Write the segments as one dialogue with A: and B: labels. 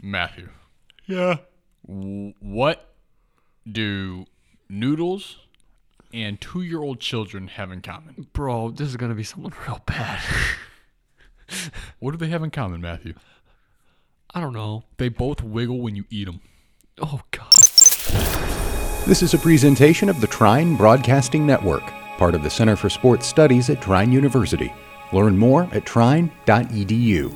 A: Matthew,
B: Yeah.
A: w- what do noodles and two year old children have in common?
B: Bro, this is going to be someone real bad.
A: What do they have in common, Matthew?
B: I don't know.
A: They both wiggle when you eat them.
B: Oh, God.
C: This is a presentation of the Trine Broadcasting Network, part of the Center for Sports Studies at Trine University. Learn more at E trine.edu.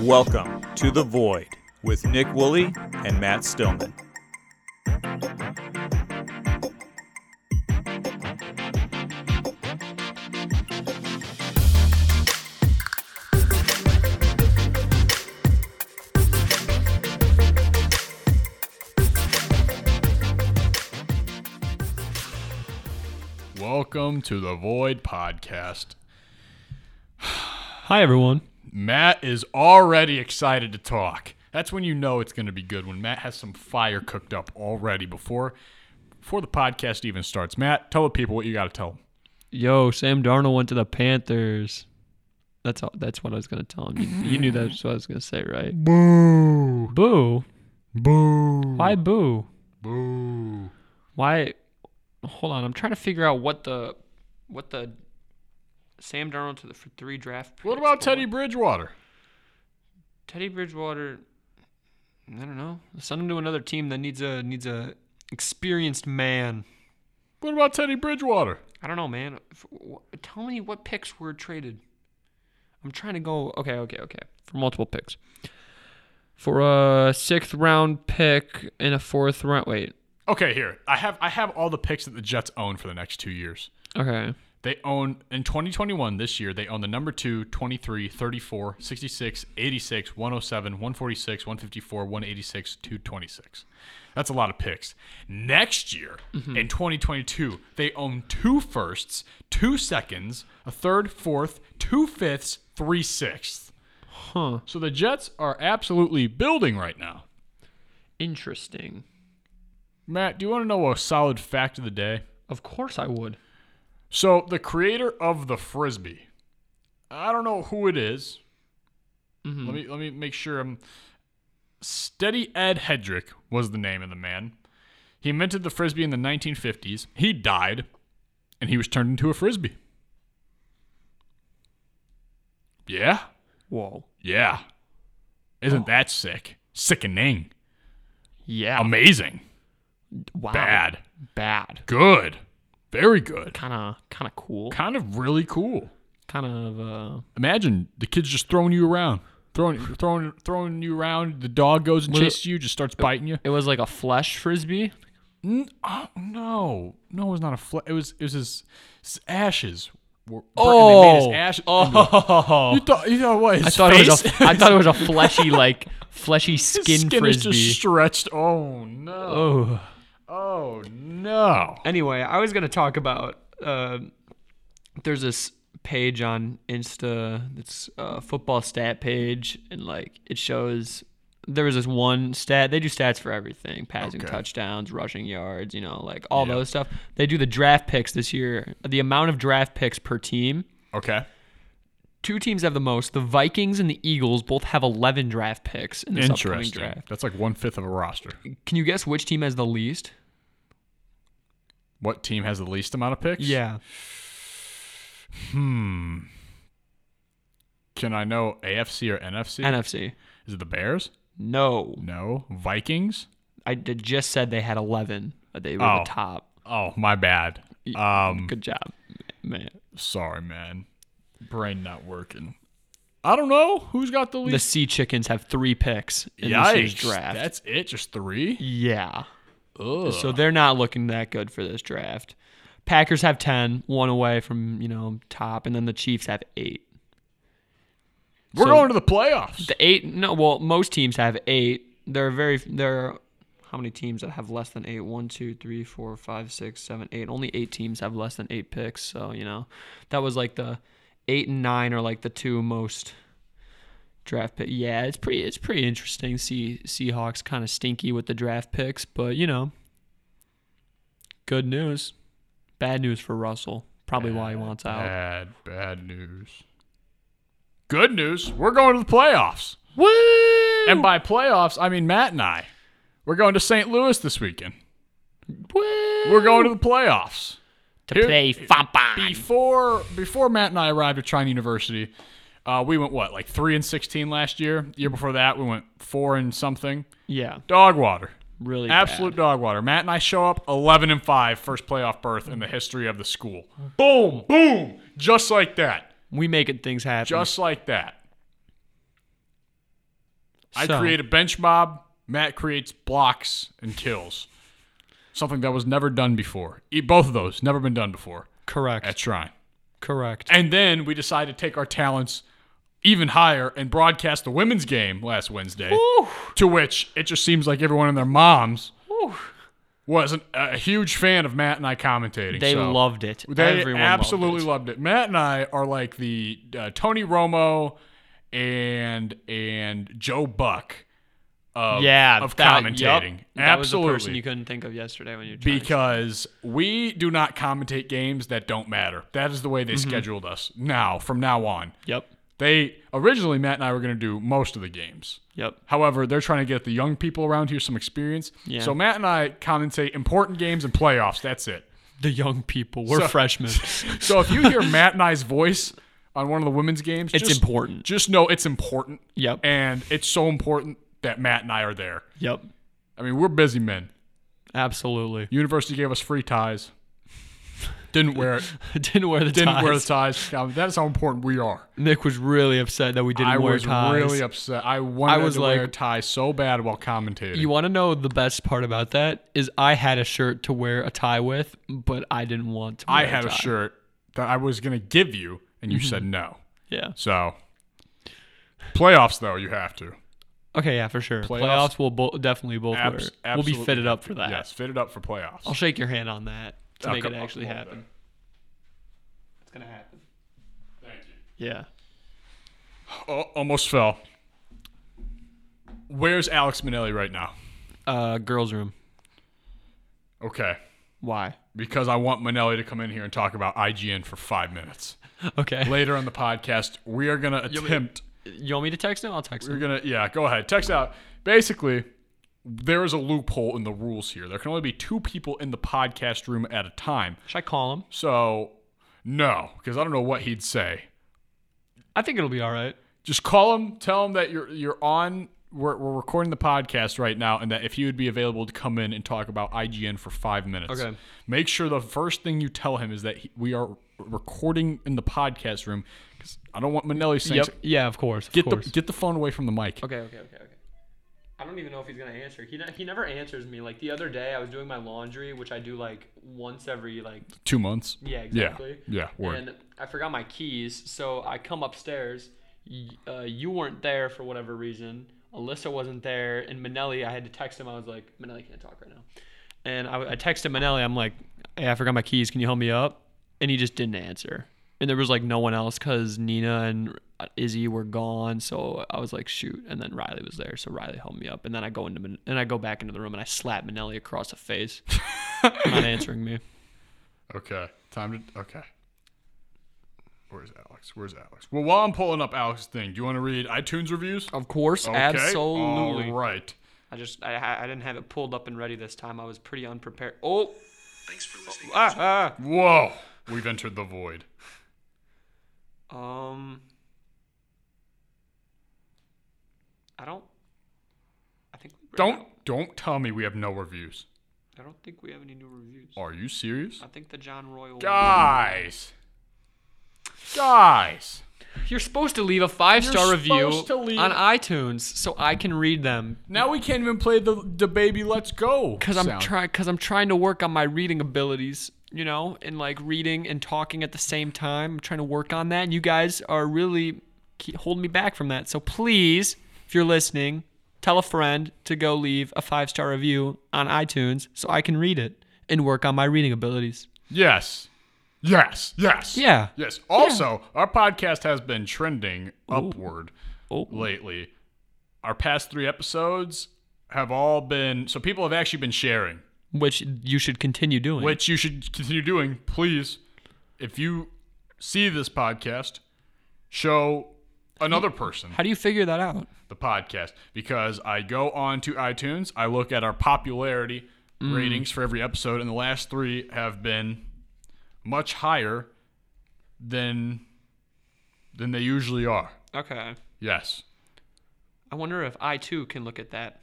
D: Welcome to The Void with Nick Woolley and Matt Stillman.
A: Welcome to the Void Podcast.
B: Hi, everyone.
A: Matt is already excited to talk. That's when you know it's going to be good when Matt has some fire cooked up already before before the podcast even starts. Matt, tell the people what you got to tell them.
B: Yo, Sam Darnold went to the Panthers. That's all, that's what I was gonna tell him. You, you knew that's what I was gonna say, right? Boo. Boo.
A: Boo.
B: Why boo?
A: Boo.
B: Why? Hold on, I'm trying to figure out what the what the Sam Darnold to the for three draft.
A: What
B: picks
A: about
B: were.
A: Teddy Bridgewater?
B: Teddy Bridgewater? I don't know. Send him to another team that needs a needs a experienced man.
A: What about Teddy Bridgewater?
B: I don't know, man. F- wh- Tell me what picks were traded. I'm trying to go. Okay, okay, okay. For multiple picks. For a sixth round pick and a fourth round. Wait.
A: Okay, here. I have I have all the picks that the Jets own for the next 2 years.
B: Okay.
A: They own in 2021 this year, they own the number 2, 23, 34, 66, 86, 107, 146, 154, 186, 226. That's a lot of picks. Next year, in 2022, they own two firsts, two seconds, a third, fourth, two fifths, three sixths.
B: Huh.
A: So the Jets are absolutely building right now.
B: Interesting.
A: Matt, do you want to know a solid fact of the day?
B: Of course I would.
A: So, the creator of the frisbee, I don't know who it is. Let me let me make sure I'm. Steady Ed Hedrick was the name of the man. He invented the frisbee in the 1950s. He died, and he was turned into a frisbee. Yeah,
B: Whoa.
A: yeah. Isn't that sick? Sickening,
B: Yeah.
A: amazing,
B: wow.
A: bad,
B: Bad.
A: good, very good,
B: Kind of. Kind of cool.
A: kind of really cool.
B: Kind of. Uh,
A: Imagine the kid's just throwing you around, throwing, throwing, throwing you around. The dog goes and
B: Was it-
A: chases you, just starts biting you.
B: it was like a flesh frisbee.
A: N- oh, no, no, it was not a. Fl- it was it was his, his ashes. Were, they made his ashes.
B: Oh.
A: You thought you know what? His
B: I thought it was
A: face-
B: a. I thought it was a fleshy like fleshy
A: his
B: skin,
A: skin is
B: frisbee.
A: just stretched. Oh no!
B: oh.
A: Oh no!
B: anyway, I was gonna talk about. Uh, there's this page on Insta that's a football stat page, and like it shows. There was this one stat. They do stats for everything: passing
A: Okay.
B: touchdowns, rushing yards. You know, like all those stuff. They do the draft picks this year. The amount of draft picks per team.
A: Okay,
B: Two teams have the most. The Vikings and the Eagles both have 11 draft picks in this upcoming
A: interesting.
B: draft.
A: That's like one fifth of a roster.
B: Can you guess which team has the least?
A: What team has the least amount of picks?
B: Yeah.
A: Hmm. Can I know AFC or NFC?
B: NFC.
A: Is it the Bears?
B: No.
A: No. Vikings?
B: I d- just said they had 11. but They were
A: Oh.
B: the top.
A: Oh, my bad. Um
B: Good job, man.
A: sorry, man. Brain not working. I don't know who's got the
B: The
A: least
B: Sea Chickens have three picks in this year's
A: Yikes.
B: draft.
A: That's it, just 3?
B: yeah.
A: Ugh.
B: So they're not looking that good for this draft. Packers have 10, one away from, you know, top, and then the Chiefs have 8.
A: We're
B: so-
A: going to the playoffs.
B: The 8 no, well, most teams have 8. There are very there are how many teams that have less than eight? One, two, three, four, five, six, seven, eight. Only eight teams have less than eight picks. So, you know, that was like the eight and nine are like the two most draft pick. Yeah, it's pretty it's pretty interesting. See Seahawks kind of stinky with the draft picks, but you know, Good news. Bad news for Russell. Probably why he wants out.
A: Bad, bad news. Good news. We're going to the playoffs.
B: Woo!
A: And by playoffs, I mean Matt and I. We're going to St. Louis this weekend.
B: Woo!
A: We're going to the playoffs.
B: to
A: here-
B: play Fampa.
A: Before before Matt and I arrived at Trine University, uh, we went what like three and sixteen last year. The year before that, we went four and something.
B: Yeah,
A: Dog water,
B: really.
A: absolute dog water. Matt and I show up eleven and five, first playoff berth in the history of the school.
B: Mm.
A: Boom, boom, just like that,
B: bad. We making things happen.
A: just like that. I
B: So-
A: create a bench mob. Matt creates blocks and kills. Something that was never done before. E- Both of those never been done before
B: correct.
A: at Shrine.
B: correct.
A: And then we decided to take our talents even higher and broadcast the women's game last Wednesday,
B: Woo!
A: to which it just seems like everyone and their moms was an, a huge fan of Matt and I commentating.
B: They
A: so
B: loved it.
A: They
B: Everyone
A: absolutely
B: loved it.
A: loved it. Matt and I are like the uh, Tony Romo and and Joe Buck of,
B: yeah,
A: of
B: that- yup.
A: commentating.
B: That was the
A: absolutely
B: person you couldn't think of yesterday when you were trying to-
A: because we do not commentate games that don't matter. That is the way they
B: Mm-hmm.
A: scheduled us now, from now on.
B: Yep,
A: They originally, Matt and I were going to do most of the games.
B: yep.
A: However, they're trying to get the young people around here some experience.
B: Yeah.
A: So Matt and I commentate important games and playoffs. That's it.
B: The young people. We're
A: So-
B: freshmen.
A: So if you hear Matt and I's voice on one of the women's games,
B: It's
A: just-
B: important.
A: Just know it's important.
B: Yep.
A: And it's so important that Matt and I are there.
B: yep,
A: I mean, we're busy men.
B: absolutely.
A: University gave us free ties. Didn't wear it.
B: didn't wear the
A: Didn't
B: ties.
A: wear the ties. God, that's how important we are.
B: Nick was really upset that we didn't
A: I
B: wear
A: was
B: ties.
A: really upset. I wanted
B: was
A: to wear a
B: like-
A: tie so bad while commentating.
B: You want to know the best part about that is I had a shirt to wear a tie with, but I didn't want to. Wear
A: I had a
B: tie. Mm-hmm.
A: shirt that I was gonna give you, and you said no.
B: Yeah.
A: So playoffs, though, you have to.
B: Okay. Yeah, for sure.
A: Playoffs?
B: Playoffs, we'll bo- definitely both
A: Abs-
B: wear. We'll be
A: absolutely
B: fitted up
A: have
B: for
A: to.
B: that.
A: Yes, fitted up for playoffs.
B: I'll shake your hand on that to
A: Oh,
B: make
A: come
B: it
A: on,
B: actually
A: come on,
B: happen.
A: man.
B: It's gonna happen.
A: Thank you.
B: Yeah.
A: Oh, almost fell. Where's Alex Manelli right now?
B: Uh, girls' room.
A: Okay,
B: Why?
A: because I want Manelli to come in here and talk about IGN for five minutes.
B: Okay.
A: Later on the podcast, we are gonna attempt.
B: You want me to text him? I'll text
A: We're
B: him.
A: gonna yeah, go ahead. Text out. Basically, there is a loophole in the rules here. There can only be two people in the podcast room at a time.
B: Should I call him?
A: So no, because I don't know what he'd say.
B: I think it'll be all right.
A: Just call him, tell him that you're you're on. We're, we're recording the podcast right now, and that if he would be available to come in and talk about IGN for five minutes.
B: Okay.
A: Make sure the first thing you tell him is that he, we are recording in the podcast room because I don't want Manelli saying.
B: Yep. Yeah, of course. Of
A: Get the
B: course.
A: get the phone away from the mic.
B: Okay, okay, okay, okay. I don't even know if he's gonna answer. He ne- he never answers me. Like the other day, I was doing my laundry, which I do like once every like
A: Two months.
B: yeah exactly.
A: Yeah. Word.
B: And I forgot my keys, so I come upstairs. Y- Uh, you weren't there for whatever reason. Alyssa wasn't there, and Manelli. I had to text him. I was like, Manelli can't talk right now. And I, I texted Manelli. I'm like, Hey, I forgot my keys. Can you help me up? And he just didn't answer. And there was like no one else because Nina and uh, Izzy were gone. So I was like, shoot. And then Riley was there, so Riley helped me up. And then I go into Man- and I go back into the room and I slap Manelli across the face, not answering me.
A: Okay. Time to okay. Where's Alex? Where's Alex? Well, while I'm pulling up Alex's thing, do you want to read iTunes reviews?
B: Of course,
A: Okay.
B: absolutely.
A: All right.
B: I just I- I, I didn't have it pulled up and ready this time. I was pretty unprepared. Oh,
E: Thanks for listening.
B: ah,
A: Whoa. We've entered the void.
B: ah. um, I don't. I think we ran
A: Don't
B: out.
A: don't tell me we have no reviews.
B: I don't think we have any new reviews.
A: Are you serious?
B: I think the John Royal.
A: Guys. Guys.
B: You're supposed to leave a five star
A: You're
B: review
A: supposed to leave-
B: on iTunes so I can read them.
A: Now we can't even play the the baby let's go.
B: Cause I'm
A: sound.
B: trying. Cause I'm trying to work on my reading abilities. You know, and like reading and talking at the same time. I'm trying to work on that. And you guys are really keep holding me back from that. So please, if you're listening, tell a friend to go leave a five star review on iTunes so I can read it and work on my reading abilities.
A: Yes. Yes. Yes.
B: Yeah.
A: Yes. Also, our podcast has been trending upward
B: Oh.
A: lately. Our past three episodes have all been so people have actually been sharing
B: which you should continue doing.
A: which you should continue doing, please. If you see this podcast, show another person
B: How do you figure that out?
A: the podcast because I go on to iTunes, I look at our popularity ratings for every episode, and the last three have been much higher than than they usually are.
B: Okay.
A: Yes,
B: I wonder if I too can look at that.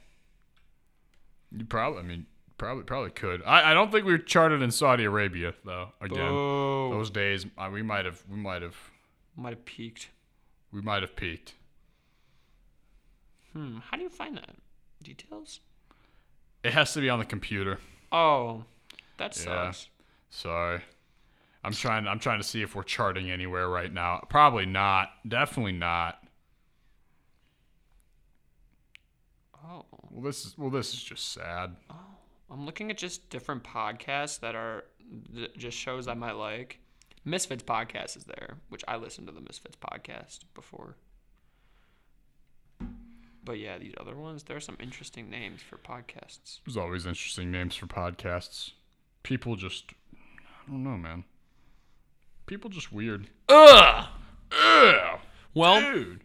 A: you probably. I mean, probably probably could. I, I don't think we were charted in Saudi Arabia though. Again,
B: Oh.
A: those days I, we might have we might have
B: Might have peaked.
A: we might have peaked.
B: Hmm. How do you find that? Details?
A: It has to be on the computer.
B: Oh, that
A: Yeah.
B: sucks.
A: Sorry. I'm trying I'm trying to see if we're charting anywhere right now. Probably not. Definitely not.
B: Oh.
A: Well this is well this is just sad.
B: I'm looking at just different podcasts that are th- just shows I might like. Misfits podcast is there, which I listened to the Misfits podcast before. But yeah, these other ones, there are some interesting names for podcasts.
A: There's always interesting names for podcasts. People just I don't know, man. People just weird.
B: Ugh.
A: Ew,
B: Well,
A: dude.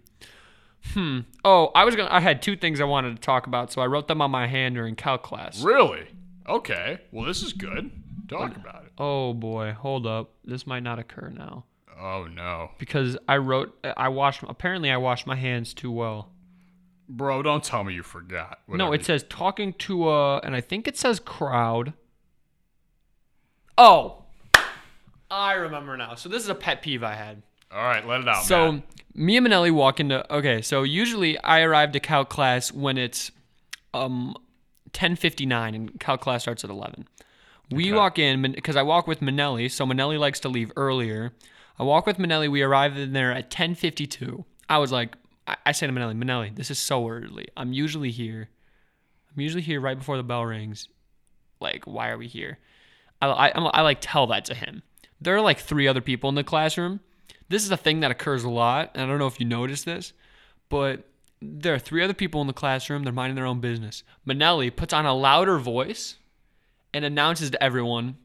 B: oh, I was gonna. I had two things I wanted to talk about, so I wrote them on my hand during calc class.
A: Really? Okay. Well this is good. Talk about it.
B: Oh boy, hold up. This might not occur now
A: Oh no.
B: because I wrote. I washed. Apparently, I washed my hands too well.
A: Bro, don't tell me you forgot.
B: No,
A: whatever
B: it
A: you-
B: says talking to a, and I think it says crowd. Oh, I remember now. So this is a pet peeve I had.
A: All right, let it out.
B: so
A: Matt.
B: me and Manelli walk into. Okay, so usually I arrive to calc class when it's um 10:59 and calc class starts at 11. We walk in because I walk with Manelli, so Manelli likes to leave earlier. I walk with Manelli. We arrive in there at 10:52. I was like, I, I say to Manelli, Manelli, this is so early. I'm usually here. I'm usually here right before the bell rings. Like, why are we here? I, I, I'm- I like tell that to him. There are like three other people in the classroom. This is a thing that occurs a lot. And I don't know if you noticed this, but there are three other people in the classroom. They're minding their own business. Manelli puts on a louder voice and announces to everyone,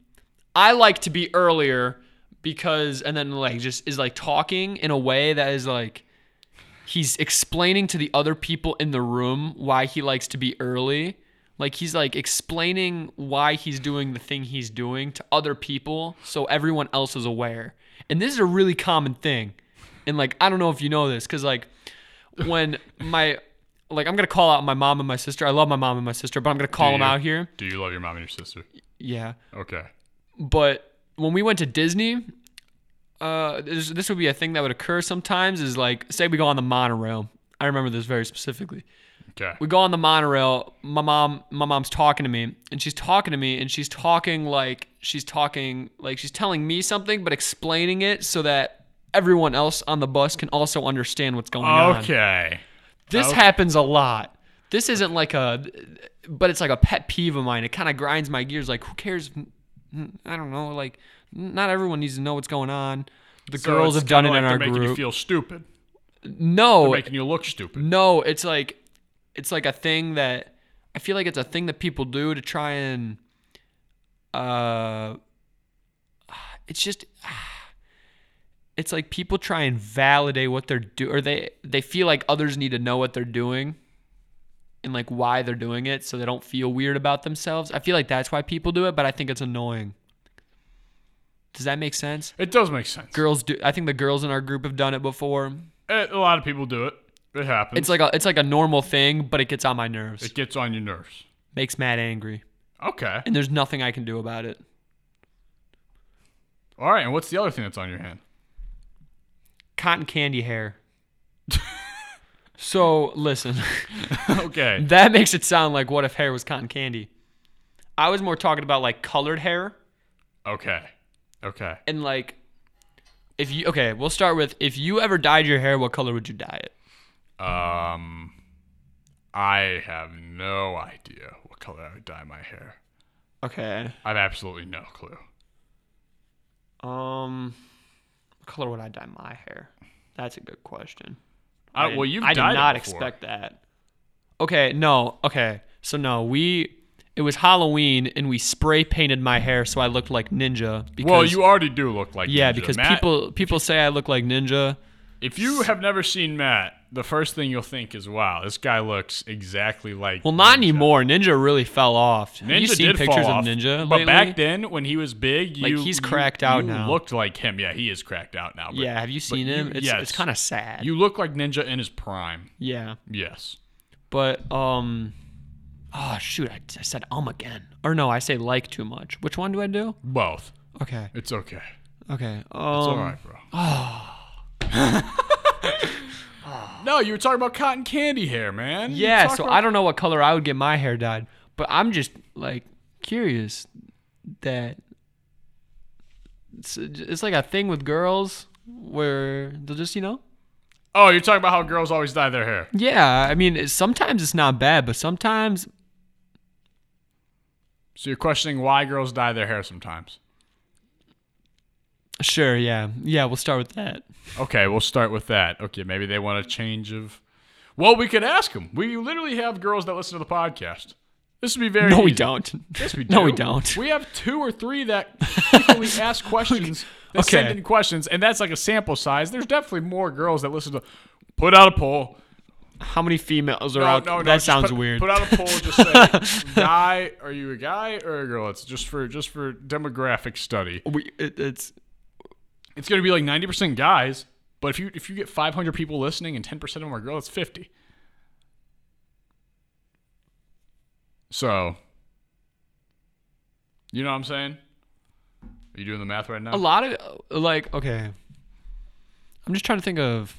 B: I like to be earlier because, and then like just is like talking in a way that is like, he's explaining to the other people in the room why he likes to be early. Like he's like explaining why he's doing the thing he's doing to other people so everyone else is aware. And this is a really common thing. And like I don't know if you know this cuz like when my like I'm going to call out my mom and my sister. I love my mom and my sister, but I'm going to call them
A: you?
B: out here.
A: Do you love your mom and your sister?
B: Yeah
A: Okay.
B: but when we went to Disney, uh, this, this would be a thing that would occur sometimes. Is like, say we go on the monorail. I remember this very specifically.
A: Okay.
B: We go on the monorail. My mom, my mom's talking to me, and she's talking to me, and she's talking like she's talking like she's telling me something, but explaining it so that everyone else on the bus can also understand what's going on.
A: okay.
B: This happens a lot. This isn't like a, but it's like a pet peeve of mine. It kind of grinds my gears. Like, who cares? I don't know. Like, not everyone needs to know what's going on. The
A: So
B: girls
A: it's
B: have done it
A: kinda
B: in
A: like
B: our
A: they're making you
B: group.
A: feel stupid.
B: no,
A: making you look stupid.
B: no, it's like, it's like a thing that I feel like it's a thing that people do to try and, uh, it's just. It's like people try and validate what they're do, or they they feel like others need to know what they're doing, and like why they're doing it so they don't feel weird about themselves. I feel like that's why people do it, but I think it's annoying. Does that make sense?
A: It does make sense.
B: Girls do I think the girls in our group have done it before.
A: Eh, a lot of people do it. It happens.
B: It's like a it's like a normal thing, but it gets on my nerves.
A: it gets on your nerves.
B: Makes Matt angry.
A: Okay.
B: And there's nothing I can do about it.
A: All right. And what's the other thing that's on your hand?
B: Cotton candy hair. so listen.
A: okay.
B: That makes it sound like what if hair was cotton candy? I was more talking about like colored hair.
A: Okay. Okay.
B: and like if you okay we'll start with if you ever dyed your hair what color would you dye it
A: Um, I have no idea what color I would dye my hair.
B: okay
A: I have absolutely no clue.
B: um what color would i dye my hair that's a good question
A: I,
B: did-
A: well, you've
B: I
A: dyed
B: did not
A: it before.
B: expect that okay no okay so no we It was Halloween, and we spray painted my hair so I looked like Ninja. Because,
A: well, you already do look like
B: yeah,
A: Ninja.
B: because
A: Matt,
B: people people say I look like Ninja.
A: If you have never seen Matt, the first thing you'll think is, "Wow, this guy looks exactly like."
B: Well, not
A: Ninja.
B: anymore. Ninja really fell off. Have
A: Ninja
B: you seen
A: did
B: pictures
A: fall
B: of
A: off,
B: Ninja
A: but
B: lately?
A: back then when he was big,
B: Like,
A: you,
B: he's
A: you-
B: cracked out
A: you
B: now.
A: Looked like him, yeah. He is cracked out now. But
B: yeah, have you
A: but
B: seen him? It's,
A: yes.
B: it's kind of sad.
A: You look like Ninja in his prime.
B: yeah,
A: Yes.
B: but um, oh shoot, I, I said um again, or no, I say like too much. Which one do I do?
A: Both.
B: Okay,
A: It's okay.
B: okay. Um,
A: It's all right, bro. no, you were talking about cotton candy hair, man. You
B: Yeah,
A: talked
B: so
A: about-
B: I don't know what color I would get my hair dyed, but I'm just like curious that it's, it's like a thing with girls where they'll just you know
A: Oh, you're talking about how girls always dye their hair.
B: yeah I mean it's, sometimes it's not bad but sometimes
A: So you're questioning why girls dye their hair sometimes.
B: sure yeah yeah we'll start with that
A: Okay, we'll start with that. Okay, maybe they want a change of. Well, we could ask them. We literally have girls that listen to the podcast. This would be very.
B: no we
A: easy.
B: don't
A: Yes, we do.
B: no we don't
A: We have two or three that frequently ask questions, that send
B: Okay.
A: in questions, and that's like a sample size. There's definitely more girls that listen to. Put out a poll.
B: how many females are
A: No,
B: out
A: no, no.
B: that
A: just
B: sounds
A: put,
B: weird
A: Put out a poll. Just say, guy, are you a guy or a girl? It's just for just for demographic study.
B: we, it, it's
A: It's gonna be like 90% guys, but if you if you get 500 people listening and 10% of them are girls, that's 50. So, you know what I'm saying? Are you doing the math right now?
B: a lot of like okay i'm just trying to think of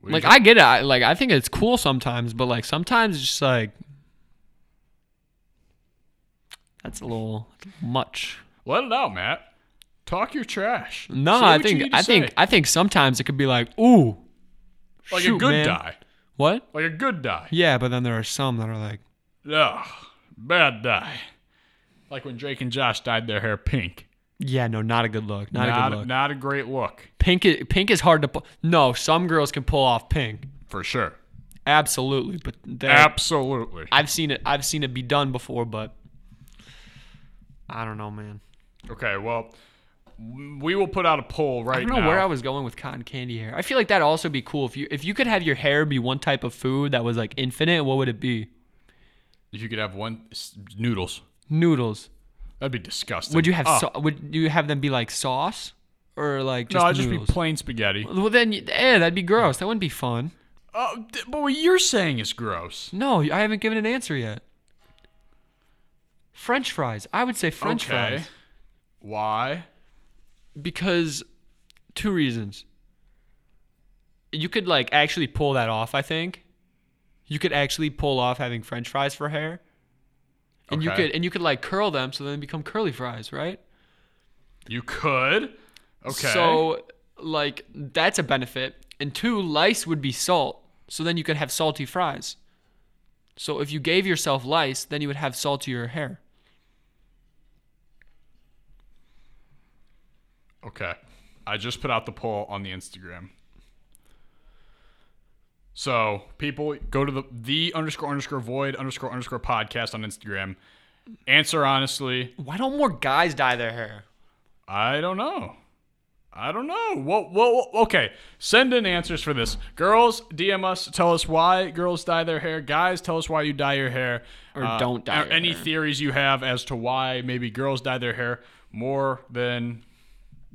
A: What do you
B: like
A: think?
B: I get it. I, like I think it's cool sometimes, but like sometimes it's just like that's a little much.
A: let it out, Matt. Talk your trash.
B: No,
A: Say
B: I
A: what you
B: think
A: need to
B: I think
A: say.
B: I think sometimes it could be like, ooh,
A: like
B: shoot,
A: a good
B: man.
A: die,
B: What?
A: like a good die.
B: Yeah, but then there are some that are like,
A: Ugh, bad die. Like when Drake and Josh dyed their hair pink.
B: yeah, no, not a good look, not, a good look.
A: not a great look
B: Pink, is, pink is hard to pull. No, some girls can pull off pink,
A: for sure.
B: absolutely, but they
A: Absolutely.
B: I've seen it. I've seen it be done before, but I don't know, man.
A: Okay, well, we will put out a poll right
B: I don't know
A: now.
B: where I was going with cotton candy hair. I feel like that'd also be cool if you if you could have your hair be one type of food that was like infinite. What would it be?
A: If you could have one s- noodles,
B: Noodles.
A: that'd be disgusting.
B: Would you have
A: Oh,
B: sau- would you have them be like sauce or like
A: no?
B: just
A: I'd just
B: noodles?
A: be plain spaghetti.
B: well, then you- eh, that'd be gross. That wouldn't be fun.
A: Oh, d- but what you're saying is gross.
B: No, I haven't given an answer yet. French fries. I would say French
A: okay.
B: fries
A: Why?
B: because two reasons. You could like actually pull that off. I think you could actually pull off having French fries for hair. and you
A: Okay.
B: could and you could like curl them so then they become curly fries, right?
A: You could. Okay.
B: So like that's a benefit. And two, lice would be salt, so then you could have salty fries. So if you gave yourself lice, then you would have saltier hair.
A: okay, I just put out the poll on the Instagram. So people go to the the underscore underscore void underscore underscore podcast on Instagram. Answer honestly.
B: Why don't more guys dye their hair?
A: I don't know. I don't know. Well, well, okay. Send in answers for this. Girls, DM us. Tell us why girls dye their hair. Guys, tell us why you dye your hair.
B: Or don't dye
A: or
B: your
A: Any
B: hair.
A: theories you have as to why maybe girls dye their hair more than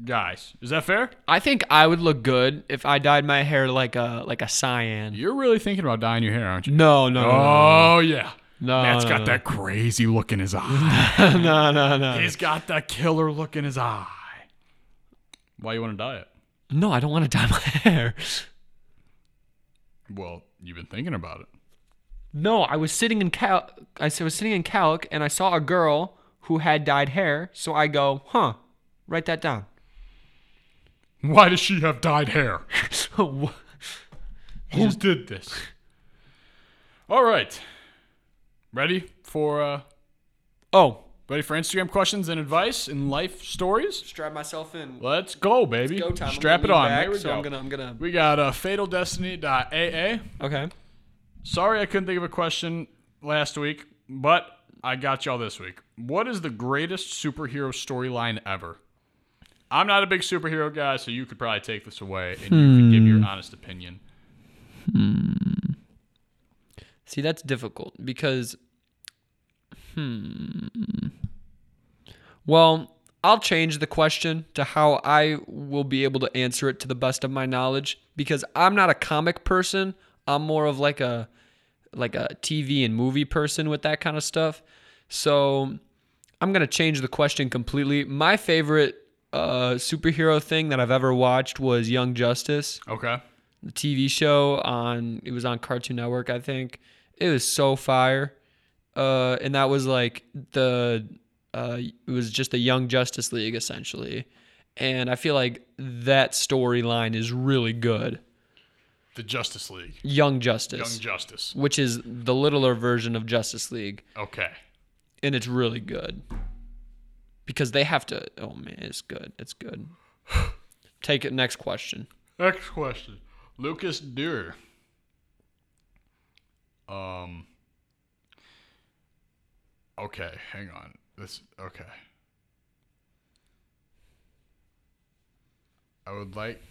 A: guys. Is that fair?
B: I think I would look good if I dyed my hair like a like a cyan.
A: You're really thinking about dyeing your hair, aren't you?
B: No, no, no,
A: Oh, yeah.
B: No,
A: Matt's
B: no,
A: got
B: no.
A: that crazy look in his eye.
B: no, no, no.
A: He's got that killer look in his eye. Why you want to dye it?
B: No, I don't want to dye my hair.
A: Well, you've been thinking about it.
B: No, I was sitting in cal. I s- was sitting in calc, and I saw a girl who had dyed hair. So I go, huh? Write that down.
A: Why does she have dyed hair?
B: Wha-
A: Who did this? All right. Ready for uh
B: oh,
A: ready for Instagram questions and advice and life stories?
B: strap myself in.
A: Let's go, baby.
B: Go time. I'm
A: Strap it
B: gonna
A: on.
B: lean back,
A: Here we uh,
B: so
A: go.
B: I'm gonna. I'm gonna.
A: We got uh fataldestiny.aa.
B: Okay.
A: Sorry I couldn't think of a question last week, but I got y'all this week. What is the greatest superhero storyline ever? I'm not a big superhero guy, so you could probably take this away and you could give
B: Hmm.
A: your honest opinion.
B: See, that's difficult because, hmm. Well, I'll change the question to how I will be able to answer it to the best of my knowledge because I'm not a comic person. I'm more of like a like a TV and movie person with that kind of stuff. So I'm gonna change the question completely. My favorite uh, superhero thing that I've ever watched was Young Justice.
A: Okay.
B: TV show on it was on Cartoon Network, I think. It was so fire. Uh, and that was like the uh, it was just the Young Justice League essentially. And I feel like that storyline is really good.
A: The Justice League.
B: Young Justice,
A: Young Justice.
B: which is the littler version of Justice League,
A: Okay.
B: and it's really good. Because they have to oh man, it's good. It's good. Take it next question.
A: Next question. Lucas Durer. Um. Okay, hang on. This okay. I would like.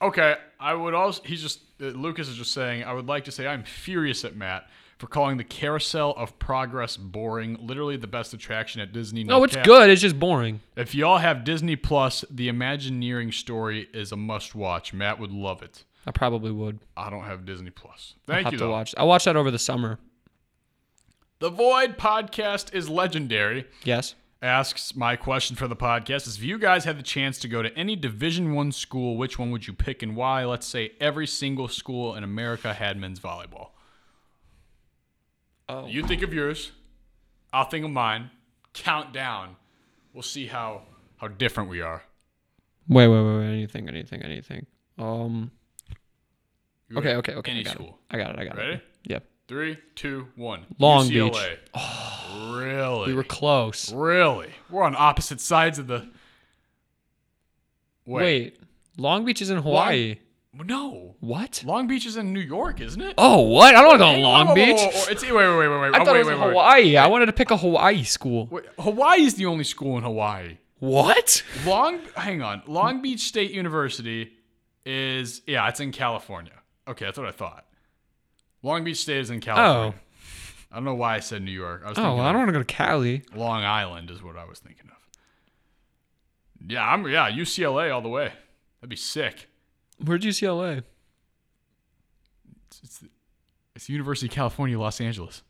A: Okay, I would also. He's just uh, Lucas is just saying. I would like to say I'm furious at Matt for calling the Carousel of Progress boring. Literally the best attraction at Disney.
B: No, it's
A: cap-
B: good. It's just boring.
A: if y'all have Disney Plus, the Imagineering story is a must watch. Matt would love it.
B: I probably would.
A: I don't have Disney Plus.
B: I
A: Thank
B: have
A: you
B: to
A: though.
B: watch. I watched that over the summer.
A: The Void podcast is legendary.
B: Yes.
A: Asks my question for the podcast is if you guys had the chance to go to any Division 1 school, which one would you pick and why? Let's say every single school in America had men's volleyball.
B: Oh.
A: You think of yours, I'll think of mine. Count down. We'll see how how different we are.
B: Wait, wait, wait, wait. Anything, anything, anything. Um.
A: You go
B: Okay,
A: to
B: okay, okay.
A: Any
B: I got
A: school.
B: It. I got it. I got
A: Ready?
B: it. Yep.
A: Three, two, one.
B: Long
A: UCLA.
B: Beach.
A: Oh. really?
B: We were close.
A: really? We're on opposite sides of the.
B: Wait. Long Beach is in Hawaii.
A: No.
B: What?
A: Long Beach is in New York, isn't it?
B: Oh, what? I don't want to go to
A: Hey,
B: Long
A: whoa, whoa,
B: Beach.
A: whoa, whoa, whoa. It's, wait, wait, wait, wait, wait.
B: I
A: Oh,
B: thought
A: wait,
B: it was
A: wait, wait, wait.
B: Hawaii. I wanted to pick a Hawaii school.
A: Wait, Hawaii is the only school in Hawaii.
B: What?
A: Long, hang on. Long Beach State University is yeah, it's in California. Okay, that's what I thought. Long Beach State is in
B: Oh.
A: California. I don't know why I said New York. I was
B: Oh,
A: thinking
B: well, I don't want to go to Cali.
A: Long Island is what I was thinking of. Yeah, I'm yeah, UCLA all the way. That'd be sick.
B: Where'd UCLA?
A: It's, it's, the- it's the University of California, Los Angeles.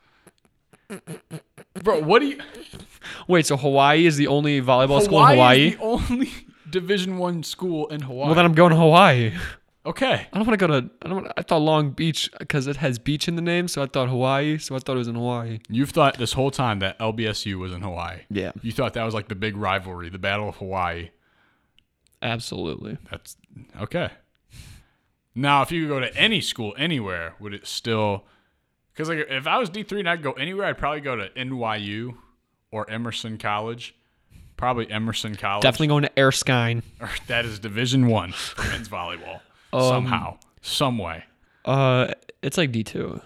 A: Bro, what do you
B: Wait, so Hawaii is the only volleyball school in
A: Hawaii
B: Hawaii?
A: is the only Division 1 school in Hawaii.
B: Well, then I'm going to Hawaii.
A: okay.
B: I don't want to go to. I don't. Wanna, I thought Long Beach because it has beach in the name, so I thought Hawaii. So I thought it was in Hawaii.
A: You've thought this whole time that LBSU was in Hawaii.
B: Yeah.
A: You thought that was like the big rivalry, the Battle of Hawaii.
B: Absolutely.
A: That's okay. Now, if you could go to any school anywhere, would it still? Because like, if I was D three and I'd go anywhere, I'd probably go to NYU or Emerson College. Probably Emerson College.
B: Definitely going to Erskine.
A: that is Division One for men's volleyball.
B: Um,
A: Somehow, some way,
B: Uh, it's like D two.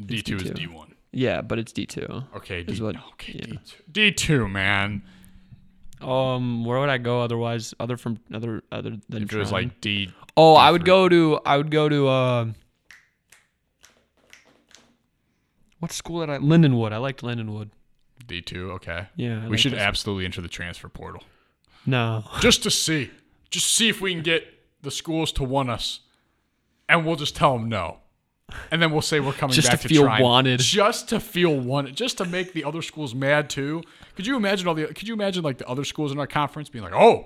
A: D two is
B: D2.
A: D one.
B: Yeah, but it's D two.
A: Okay, D,
B: what-
A: okay,
B: yeah.
A: D two. D two, man.
B: Um, where would I go otherwise? Other from other other than
A: If it was
B: Trine?
A: like D,
B: oh, I would go to I would go to uh, what school did I Lindenwood? I liked Lindenwood.
A: D two, okay.
B: Yeah, I
A: we
B: like
A: should
B: this.
A: absolutely enter the transfer portal.
B: No,
A: just to see, just see if we can get the schools to want us, and we'll just tell them no, and then we'll say we're coming
B: Just
A: back
B: to feel
A: try and-
B: wanted.
A: just to feel wanted, just to make the other schools mad too. Could you imagine all the? Could you imagine like the other schools in our conference being like, oh,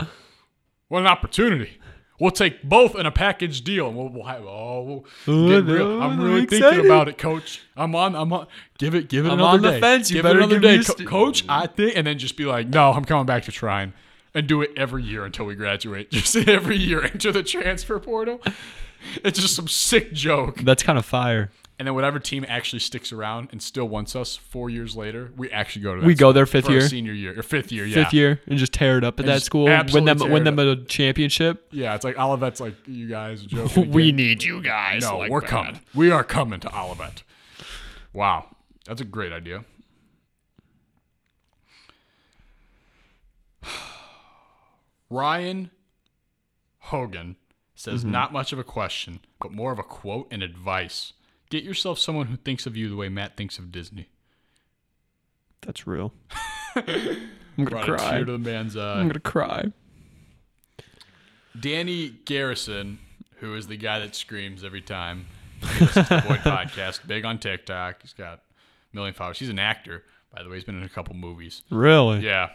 A: what an opportunity. We'll take both in a package deal, and we'll, we'll have. Oh, we'll
B: Oh,
A: get real.
B: no,
A: I'm
B: I'm
A: really
B: excited.
A: thinking about it, Coach. I'm on. I'm on. Give it. Give it
B: I'm
A: another
B: on the
A: day.
B: fence. You
A: give
B: better
A: it another
B: give me
A: day,
B: a
A: Co-
B: st-
A: Coach. I think, and then just be like, no, I'm coming back to Trine, and do it every year until we graduate. Just every year enter the transfer portal. It's just some sick joke.
B: that's kind of fire.
A: And then whatever team actually sticks around and still wants us four years later, we actually go to. That
B: We go
A: school
B: there fifth
A: for our
B: year.
A: senior year or fifth year, yeah,
B: Fifth year and just tear it up at that
A: just
B: school. Win them,
A: absolutely
B: win
A: tear it
B: them a championship.
A: yeah. It's like Olivet's like you guys. are joking
B: We
A: again."
B: need you guys.
A: no,
B: like
A: we're
B: bad.
A: coming. We are coming to Olivet. Wow, that's a great idea. Ryan Hogan says
B: Mm-hmm.
A: not much of a question, but more of a quote and advice. Get yourself someone who thinks of you the way Matt thinks of Disney.
B: That's real. I'm gonna
A: Brought a
B: cry.
A: tear to the man's eye.
B: I'm gonna cry.
A: Danny Garrison, who is the guy that screams every time he listens to the Boy Podcast, big on TikTok. He's got a million followers. He's an actor, by the way. He's been in a couple movies.
B: Really?
A: Yeah.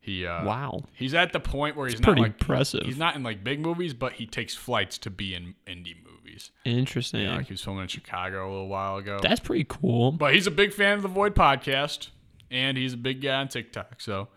A: He uh
B: Wow.
A: He's at the point where he's not
B: Pretty
A: like
B: impressive.
A: he's not in like big movies, but he takes flights to be in indie movies.
B: Interesting.
A: Yeah, like he was filming in Chicago a little while ago.
B: That's pretty cool.
A: but he's a big fan of the Void Podcast, and he's a big guy on TikTok. So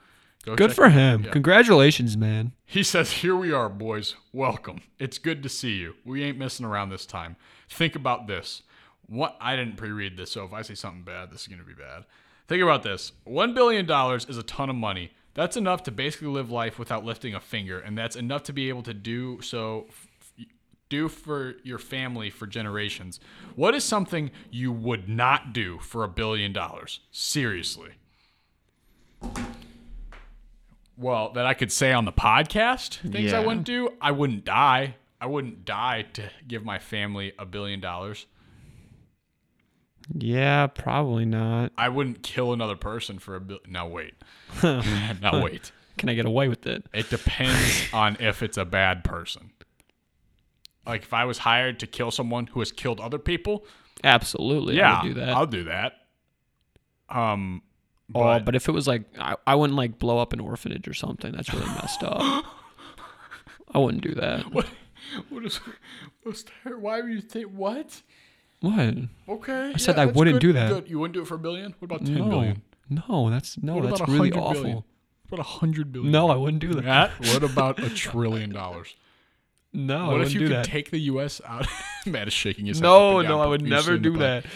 A: go
B: Good
A: check
B: for
A: him.
B: him.
A: Yeah.
B: Congratulations, man.
A: He says, Here we are, boys. Welcome. It's good to see you. We ain't messing around this time. Think about this. What I didn't pre read this, so if I say something bad, this is going to be bad. Think about this $1 billion is a ton of money. That's enough to basically live life without lifting a finger, and that's enough to be able to do so. f- Do for your family for generations. What is something you would not do for a billion dollars? Seriously. Well, that I could say on the podcast, things I
B: Yeah.
A: wouldn't do. I wouldn't die. I wouldn't die to give my family a billion dollars.
B: Yeah, probably not.
A: I wouldn't kill another person for a billion. Now wait, now wait.
B: Can I get away with it?
A: It depends on if it's a bad person. Like if I was hired to kill someone who has killed other people,
B: Absolutely.
A: yeah,
B: I would do that.
A: I'll do that. Um,
B: Oh, but, if it was like I, I wouldn't like blow up an orphanage or something, that's really messed up. I wouldn't do that.
A: what? What is? What's there? Why were you think what?
B: What?
A: Okay, I
B: said I wouldn't do that.
A: You wouldn't do it for a billion. What about ten billion?
B: No. No, that's no,
A: What
B: Oh, that's
A: about
B: really
A: 100
B: awful.
A: billion? What about a hundred billion?
B: No, I wouldn't do that.
A: Matt, what about a trillion dollars?
B: No, I
A: what
B: wouldn't
A: if you
B: do
A: could
B: that.
A: take the U.S. out? Matt is shaking his head. up
B: no,
A: and down,
B: no, I would
A: profusely
B: never
A: in the
B: do
A: plan.
B: that.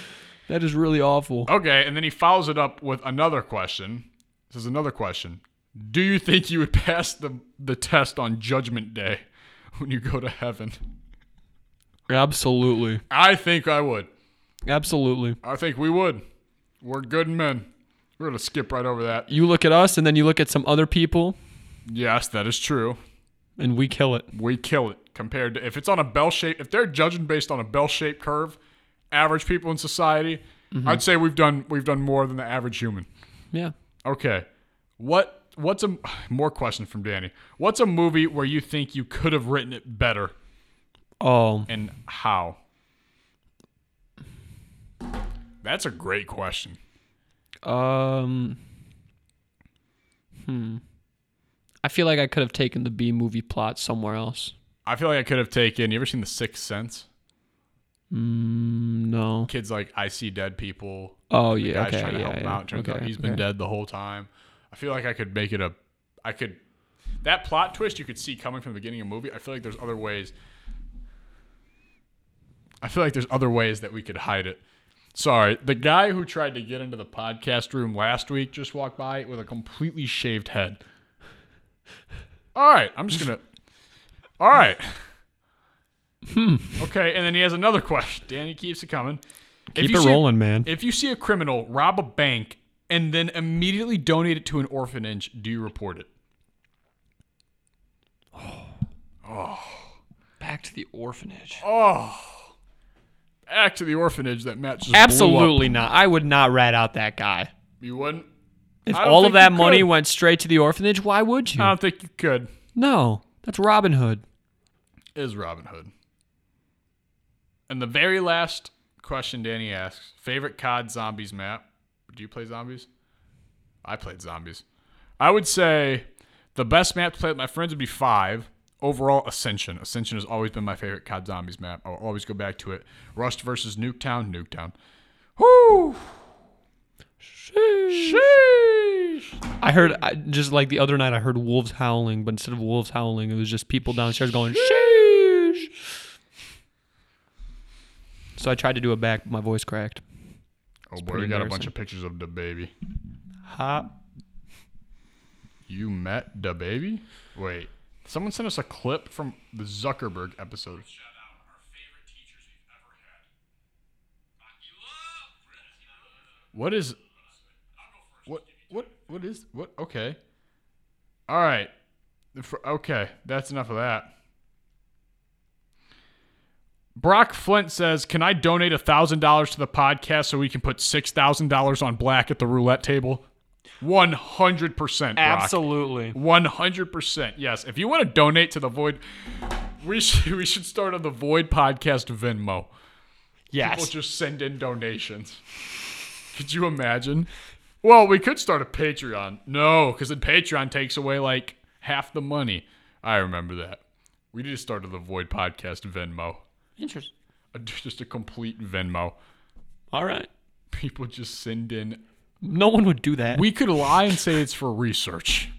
B: That is really awful.
A: Okay, and then he follows it up with another question. This is another question. Do you think you would pass the the test on Judgment Day when you go to heaven?
B: Absolutely.
A: I think I would.
B: Absolutely.
A: I think we would. We're good men. We're gonna skip right over that.
B: You look at us and then you look at some other people
A: Yes, that is true.
B: and we kill it.
A: we kill it compared to if it's on a bell shape if they're judging based on a bell shaped curve average people in society i'd say we've done we've done more than the average human
B: Yeah.
A: okay what what's a more question from danny what's a movie where you think you could have written it better
B: Oh.
A: and how that's a great question
B: Um Hmm. I feel like I could have taken the B movie plot somewhere else.
A: i feel like i could have taken you ever seen the sixth sense
B: Mm, no.
A: kids like i see dead people
B: Oh
A: the
B: yeah.
A: guy's
B: Okay.
A: trying to
B: yeah,
A: help him
B: yeah.
A: out. Turns
B: okay,
A: out he's been
B: okay.
A: dead the whole time. I feel like I could make it a, I could, that plot twist you could see coming from the beginning of the movie. I feel like there's other ways. I feel like there's other ways that we could hide it. Sorry, the guy who tried to get into the podcast room last week just walked by with a completely shaved head. All right, I'm just gonna. All right. Hmm. Okay, and then he has another question. Danny keeps it coming. If
B: Keep
A: you
B: it
A: see-
B: rolling, man.
A: if you see a criminal rob a bank and then immediately donate it to an orphanage, do you report it?
B: Back to the orphanage.
A: Oh, Back to the orphanage that Matt just blew up.
B: Absolutely not. I would not rat out that guy.
A: You wouldn't?
B: If
A: I don't
B: all
A: think
B: of that
A: you
B: money
A: could.
B: went straight to the orphanage, why would you?
A: I don't think you could.
B: no, that's Robin Hood.
A: It Is Robin Hood. And the very last question Danny asks favorite COD zombies map? Do you play zombies? I played zombies. I would say the best map to play with my friends would be five. Overall, Ascension. Ascension has always been my favorite COD Zombies map. I'll always go back to it. Rust versus Nuketown, Nuketown. Whoo! Sheesh!
B: I heard I, just like the other night, I heard wolves howling, but instead of wolves howling, it was just people downstairs going sheesh. So I tried to do a back, but my voice cracked.
A: Oh boy,
B: pretty
A: we got a bunch
B: embarrassing.
A: of pictures of the baby.
B: Hop.
A: You met the baby? Wait, someone sent us a clip from the Zuckerberg episode.
E: shout out our favorite teachers we've ever had.
A: What is? What what what is what? Okay. All right. F- Okay, that's enough of that. Brock Flint says, "Can I donate a thousand dollars to the podcast so we can put six thousand dollars on black at the roulette table?" One hundred percent.
B: Absolutely.
A: One hundred percent. Yes. If you want to donate to the Void, we should we should start on the Void Podcast Venmo. People
B: Yes.
A: just send in donations. Could you imagine? Well, we could start a Patreon. No, because then Patreon takes away like half the money. I remember that. We need to start the Void Podcast Venmo.
B: Interesting.
A: A- Just a complete Venmo.
B: All right.
A: People just send in.
B: No one would do that.
A: We could lie and say it's for research.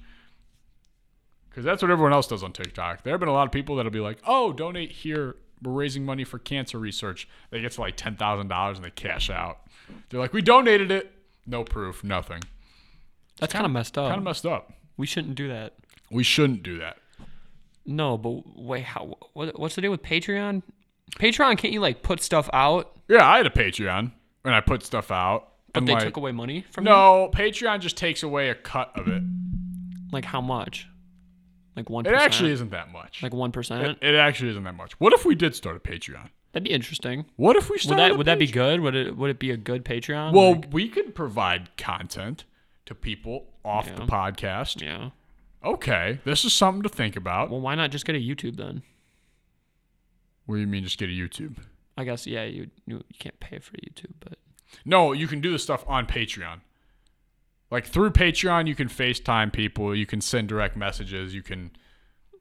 A: Because that's what everyone else does on TikTok. There have been a lot of people that'll be like, oh, donate here. We're raising money for cancer research. They get to like $10,000 and they cash out. They're like, we donated it. No proof, nothing.
B: That's kind of messed up.
A: Kind of messed up.
B: we shouldn't do that.
A: We shouldn't do that.
B: No, but wait, how? What, what's the deal with Patreon? Patreon can't you like put stuff out,
A: Yeah, I had a Patreon and I put stuff out.
B: but
A: and
B: they
A: like,
B: took away money from you?
A: No, Patreon just takes away a cut of it.
B: Like how much? Like one.
A: It actually isn't that much.
B: like one percent.
A: it actually isn't that much. What if we did start a Patreon?
B: That'd be interesting.
A: What if we
B: Would
A: started?
B: that
A: a
B: would that be
A: Patreon?
B: good? Would it would it be a good Patreon?
A: Well,
B: Like,
A: we could provide content to people off the
B: Yeah.
A: podcast.
B: yeah.
A: Okay, this is something to think about.
B: Well, why not just get a YouTube then?
A: what do you mean, just get a YouTube?
B: I guess yeah. You you, you can't pay for YouTube, but
A: No, you can do this stuff on Patreon. Like through Patreon, you can FaceTime people, you can send direct messages, you can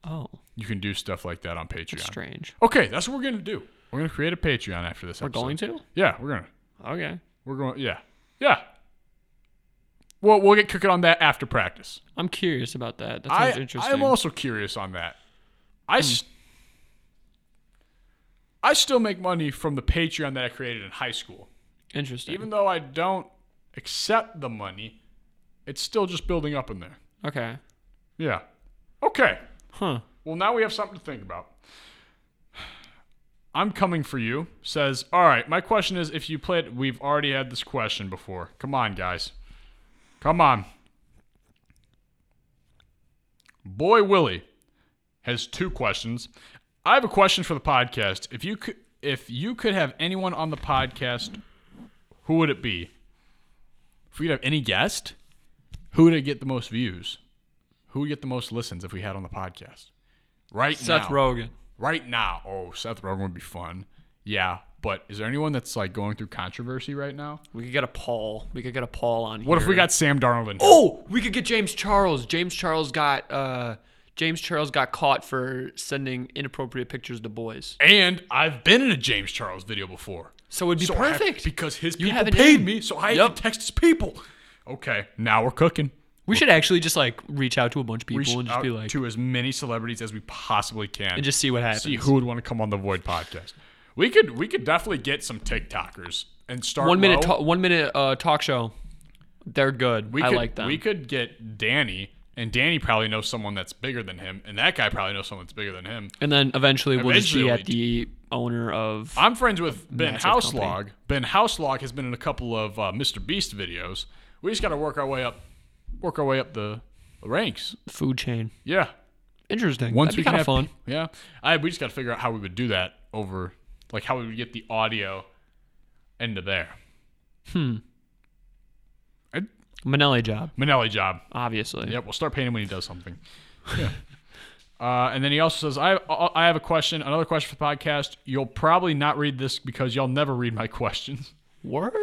B: oh,
A: you can do stuff like that on Patreon.
B: that's strange.
A: Okay, that's what we're gonna do. We're gonna create a Patreon after this.
B: We're
A: episode.
B: going to.
A: Yeah, we're gonna.
B: Okay.
A: We're going. Yeah, yeah. Well, we'll get cooking on that after practice.
B: I'm curious about that. That sounds
A: I,
B: interesting.
A: I'm
B: Hmm.
A: also curious on that. I, s- I still make money from the Patreon that I created in high school.
B: interesting.
A: Even though I don't accept the money, it's still just building up in there.
B: okay.
A: Yeah. Okay.
B: Huh.
A: Well, now we have something to think about. I'm coming for you says, All right, my question is if you played, we've already had this question before. Come on, guys. Come on. Boy Willie has two questions. I have a question for the podcast. If you could, if you could have anyone on the podcast, who would it be? If we could have any guest, who would get the most views? Who would get the most listens if we had on the podcast? Right now
B: Seth Rogen.
A: right now, oh, Seth Rogen would be fun. Yeah, but is there anyone that's like going through controversy right now?
B: We could get a Paul. We could get a Paul on.
A: What if we
B: here.
A: got Sam Darnold? Oh,
B: Oh, we could get James Charles. James Charles got uh James Charles got caught for sending inappropriate pictures to boys.
A: and I've been in a James Charles video before.
B: So it'd be
A: So I have-
B: perfect.
A: because his
B: You
A: people
B: haven't
A: paid
B: had-
A: me, so I have
B: Yep.
A: to text his people. Okay, now we're cooking.
B: we should actually just like reach out to a bunch of people
A: Reach
B: and just be
A: out
B: like
A: to as many celebrities as we possibly can,
B: and just see what happens.
A: see who would want to come on the Void podcast. We could we could definitely get some TikTokers and start
B: one minute
A: low.
B: ta- one minute uh, talk show. They're good.
A: We
B: I
A: could,
B: like them.
A: We could get Danny, and Danny probably knows someone that's bigger than him, and that guy probably knows someone that's bigger than him.
B: and then eventually we'll just be
A: Eventually.
B: at the owner of
A: I'm friends with Ben
B: Massive
A: Houselog.
B: company.
A: Ben Houselog has been in a couple of uh, Mr. Beast videos. We just got to work our way up, work our way up the, the ranks.
B: food chain.
A: Yeah.
B: Interesting.
A: Once
B: That'd
A: we
B: be
A: can
B: kind of
A: have
B: fun.
A: Yeah. I we just got to figure out how we would do that over, like how we would get the audio into there. Hmm.
B: Manelli job,
A: Manelli job.
B: obviously.
A: Yep, we'll start paying him when he does something. Yeah. Uh, and then he also says, I, uh, I have a question, another question for the podcast. You'll probably not read this because y'all never read my questions.
B: Word.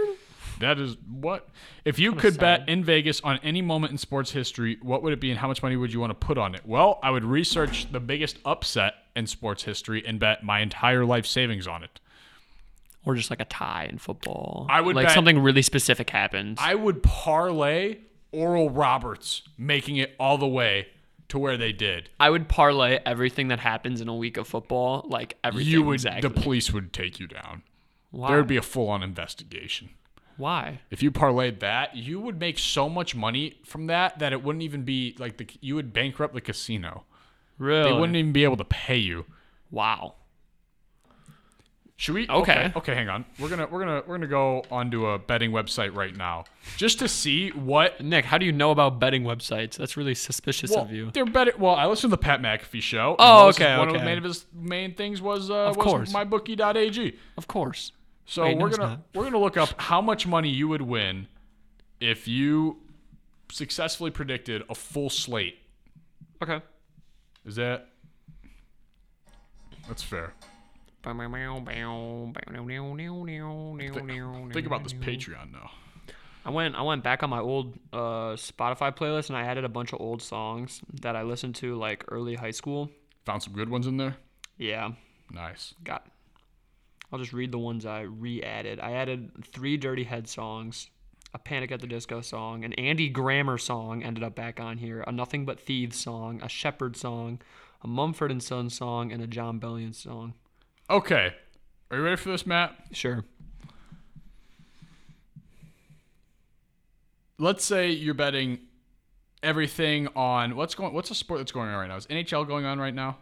A: That is what? If you could bet in Vegas on any moment in sports history, what would it be and how much money would you want to put on it? Well, I would research the biggest upset in sports history and bet my entire life savings on it.
B: Or just like a tie in football.
A: I would
B: like
A: bet-
B: something really specific happens.
A: I would parlay Oral Roberts making it all the way to where they did.
B: I would parlay everything that happens in a week of football, like everything.
A: you would
B: exactly.
A: the police would take you down.
B: Why?
A: There would be a full-on investigation.
B: Why?
A: If you parlayed that, you would make so much money from that that it wouldn't even be like the you would bankrupt the casino. They
B: Really?
A: wouldn't e even be able to pay you.
B: Wow.
A: Should we?
B: Okay.
A: okay. Okay, hang on. We're gonna we're gonna we're gonna go onto a betting website right now just to see what
B: Nick, how do you know about betting websites? That's really suspicious of you.
A: They're better. Well, I listened to the Pat McAfee show. and
B: Oh,
A: one of his-
B: okay,
A: One of
B: okay.
A: the main of his main things was uh,
B: Of
A: was
B: course.
A: mybookie.ag.
B: Of course.
A: So
B: Wait, no,
A: we're
B: it's
A: gonna
B: not.
A: we're gonna look up how much money you would win if you successfully predicted a full slate.
B: Okay.
A: Is that that's fair? Think
B: Think
A: about this Patreon now.
B: I went I went back on my old uh, Spotify playlist and I added a bunch of old songs that I listened to like early high school.
A: Found some good ones in there.
B: Yeah,
A: Nice.
B: got. I'll just read the ones I re-added. I added three Dirty Head songs, a Panic at the Disco song, an Andy Grammer song ended up back on here, a Nothing But Thieves song, a Shepherd song, a Mumford and Son song, and a John Bellion song.
A: Okay, are you ready for this, Matt?
B: Sure.
A: let's say you're betting everything on what's going what's a sport that's going on right now is nhl going on right now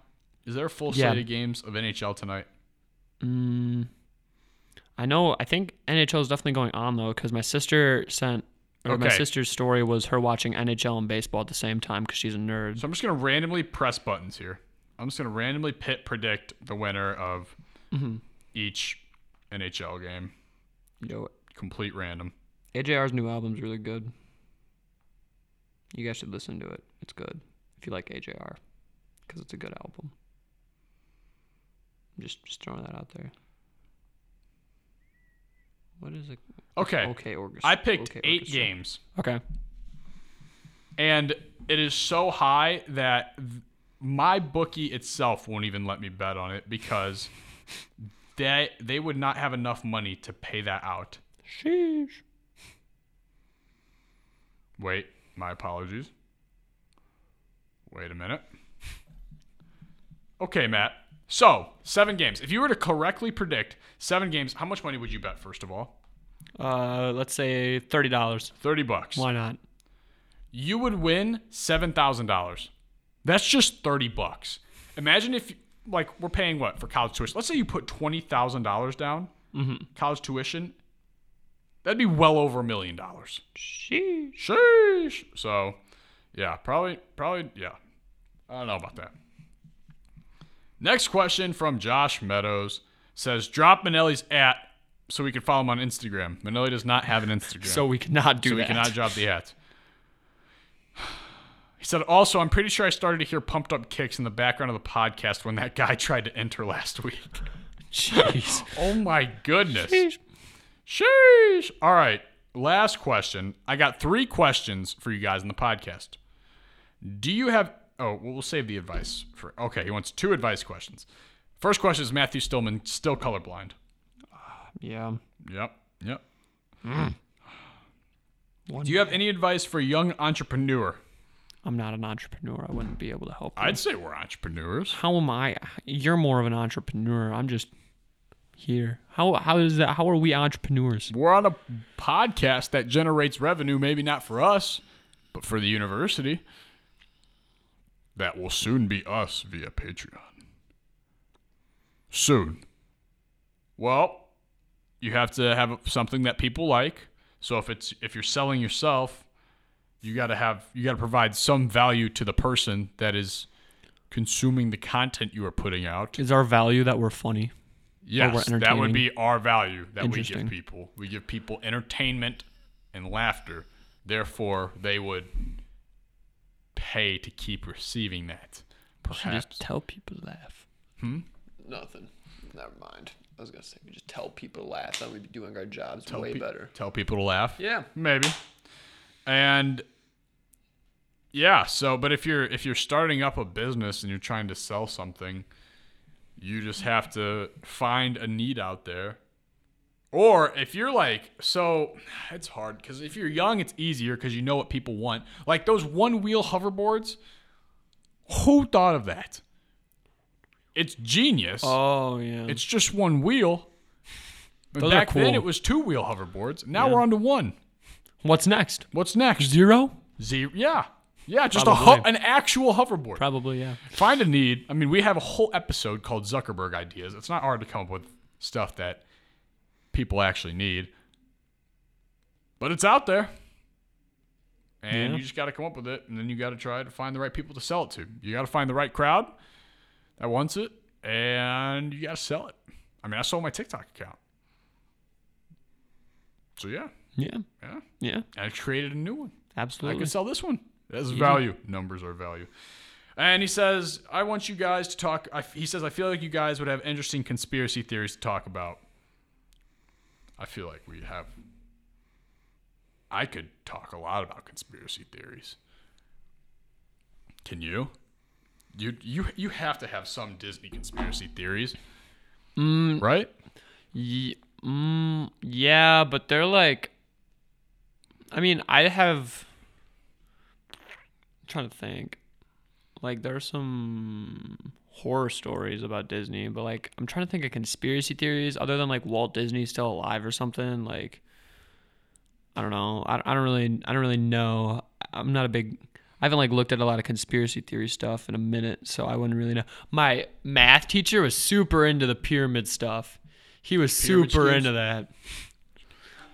A: is there a full
B: Yeah.
A: slate of games of nhl tonight
B: Mm, I know. I think NHL is definitely going on though, because my sister sent. Or My
A: Okay.
B: sister's story was her watching NHL and baseball at the same time because she's a nerd.
A: so i'm just going to randomly press buttons here i'm just going to randomly pit predict the winner of
B: Mm-hmm.
A: each nhl game
B: Yo,
A: complete random
B: AJR's new album's really good. You guys should listen to it. It's good if you like AJR, because it's a good album. I'm just just throwing that out there. What is it?
A: okay
B: Okay, orchestra.
A: i picked
B: okay,
A: eight
B: orchestra.
A: games
B: Okay.
A: and it is so high that th- my bookie itself won't even let me bet on it because they they would not have enough money to pay that out
B: Sheesh.
A: Wait, my apologies. Wait a minute. Okay, Matt. So, seven games. If you were to correctly predict seven games, how much money would you bet, first of all?
B: Uh, let's say thirty dollars.
A: 30 bucks.
B: Why not?
A: You would win $7,000. That's just 30 bucks. Imagine if, like, we're paying what for college tuition? Let's say you put $20,000 down, college tuition. That'd be well over a million dollars.
B: Sheesh.
A: Sheesh. So, yeah, probably, probably, yeah. I don't know about that. Next question from Josh Meadows says, "Drop Manelli's at so we can follow him on Instagram." Manelli does not have an Instagram,
B: So we cannot do
A: so we
B: that.
A: cannot drop the at. He said, "Also, I'm pretty sure I started to hear pumped up kicks in the background of the podcast when that guy tried to enter last week."
B: Jeez.
A: Oh my goodness.
B: Sheesh.
A: Sheesh. All right. Last question. I got three questions for you guys in the podcast. Do you have. Oh, well, we'll save the advice for. Okay. He wants two advice questions. First question is Matthew Stillman still colorblind?
B: yeah.
A: Yep. Yep.
B: One
A: Do you have any advice for a young entrepreneur?
B: I'm not an entrepreneur. I wouldn't be able to help you.
A: I'd say we're entrepreneurs.
B: how am I? You're more of an entrepreneur. I'm just here. How how is that? How are we entrepreneurs?
A: We're on a podcast that generates revenue, maybe not for us, but for the university. That will soon be us via Patreon. Soon. Well, you have to have something that people like. So if it's if you're selling yourself, you got to have you got to provide some value to the person that is consuming the content you are putting out.
B: Is our value that we're funny?
A: Yes,
B: we're
A: that would be
B: entertaining.
A: our value that we give
B: Interesting.
A: people. We give people entertainment and laughter. Therefore, they would pay to keep receiving that.
B: Should
A: Perhaps.
B: just tell people to laugh. Hmm. Nothing. Never mind. I was gonna say we just tell people to laugh. That we'd be doing our jobs way
A: pe-
B: better.
A: Tell people to laugh.
B: Yeah.
A: Maybe. And yeah, so but if you're if you're starting up a business and you're trying to sell something, you just have to find a need out there. Or if you're like, so it's hard because if you're young, it's easier because you know what people want. Like those one wheel hoverboards, who thought of that? It's genius.
B: Oh yeah.
A: It's just one wheel.
B: Those are
A: Back
B: cool.
A: then it was two wheel hoverboards. Now we're on to one.
B: What's next?
A: What's next?
B: Zero?
A: Zero. Yeah. Yeah, just a
B: Probably.
A: ho- an actual hoverboard.
B: Probably, yeah.
A: Find a need. I mean, we have a whole episode called Zuckerberg Ideas. It's not hard to come up with stuff that people actually need, but it's out there. And
B: Yeah.
A: you just got to come up with it. And then you got to try to find the right people to sell it to. You got to find the right crowd that wants it. And you got to sell it. I mean, I sold my TikTok account. So, yeah,
B: Yeah.
A: yeah.
B: Yeah.
A: And I created a new one. I
B: Absolutely.
A: could sell this one. That's value. Numbers are value. And he says, I want you guys to talk. I, he says, I feel like you guys would have interesting conspiracy theories to talk about. I feel like we'd have. I could talk a lot about conspiracy theories. Can you? You you you have to have some Disney conspiracy theories, right?
B: Ye- mm, yeah, but they're like. I mean, I have. I'm trying to think. Like, there are some horror stories about Disney, but like, I'm trying to think of conspiracy theories other than like Walt Disney's still alive or something. Like, I don't know. I, I don't really. I don't really know. I'm not a big. I haven't like looked at a lot of conspiracy theory stuff in a minute, so I wouldn't really know. My math teacher was super into the pyramid stuff. He was
A: Pyramid
B: super
A: schemes?
B: into that.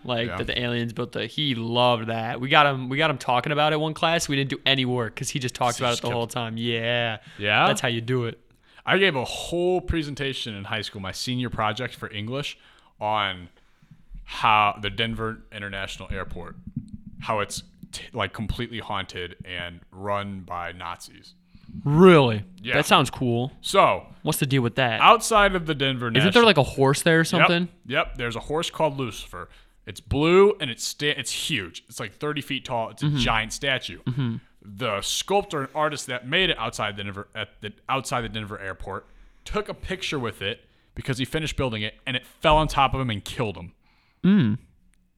B: Like
A: Yeah.
B: that the aliens built the. He loved that. We got him. We got him talking about it one class. We didn't do any work because he just talked about
A: just
B: it the
A: kept-
B: whole time. Yeah.
A: Yeah?
B: That's how you do it.
A: I gave a whole presentation in high school, my senior project for English, on how the Denver International Airport, how it's t- like completely haunted and run by Nazis.
B: Really.
A: Yeah.
B: That sounds cool.
A: So
B: What's the deal with that?
A: outside of the Denver,
B: Isn't there like a horse there or
A: Yep.
B: something?
A: Yep. There's a horse called Lucifer. It's blue and it's sta- it's huge. It's like 30 feet tall. It's a giant statue. The sculptor and artist that made it outside the Denver at the outside the Denver airport took a picture with it because he finished building it and it fell on top of him and killed him.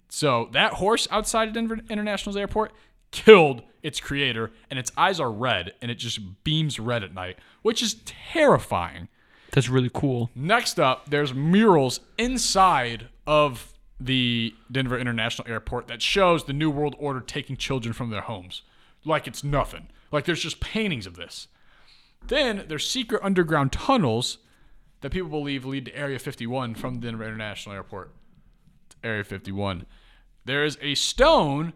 A: So that horse outside of Denver International's airport killed its creator and its eyes are red and it just beams red at night, which is terrifying.
B: That's really cool.
A: Next up, there's murals inside of the Denver International Airport that shows the New World Order taking children from their homes. Like it's nothing. Like there's just paintings of this. Then there's secret underground tunnels that people believe lead to Area 51 from Denver International Airport. Area 51. There is a stone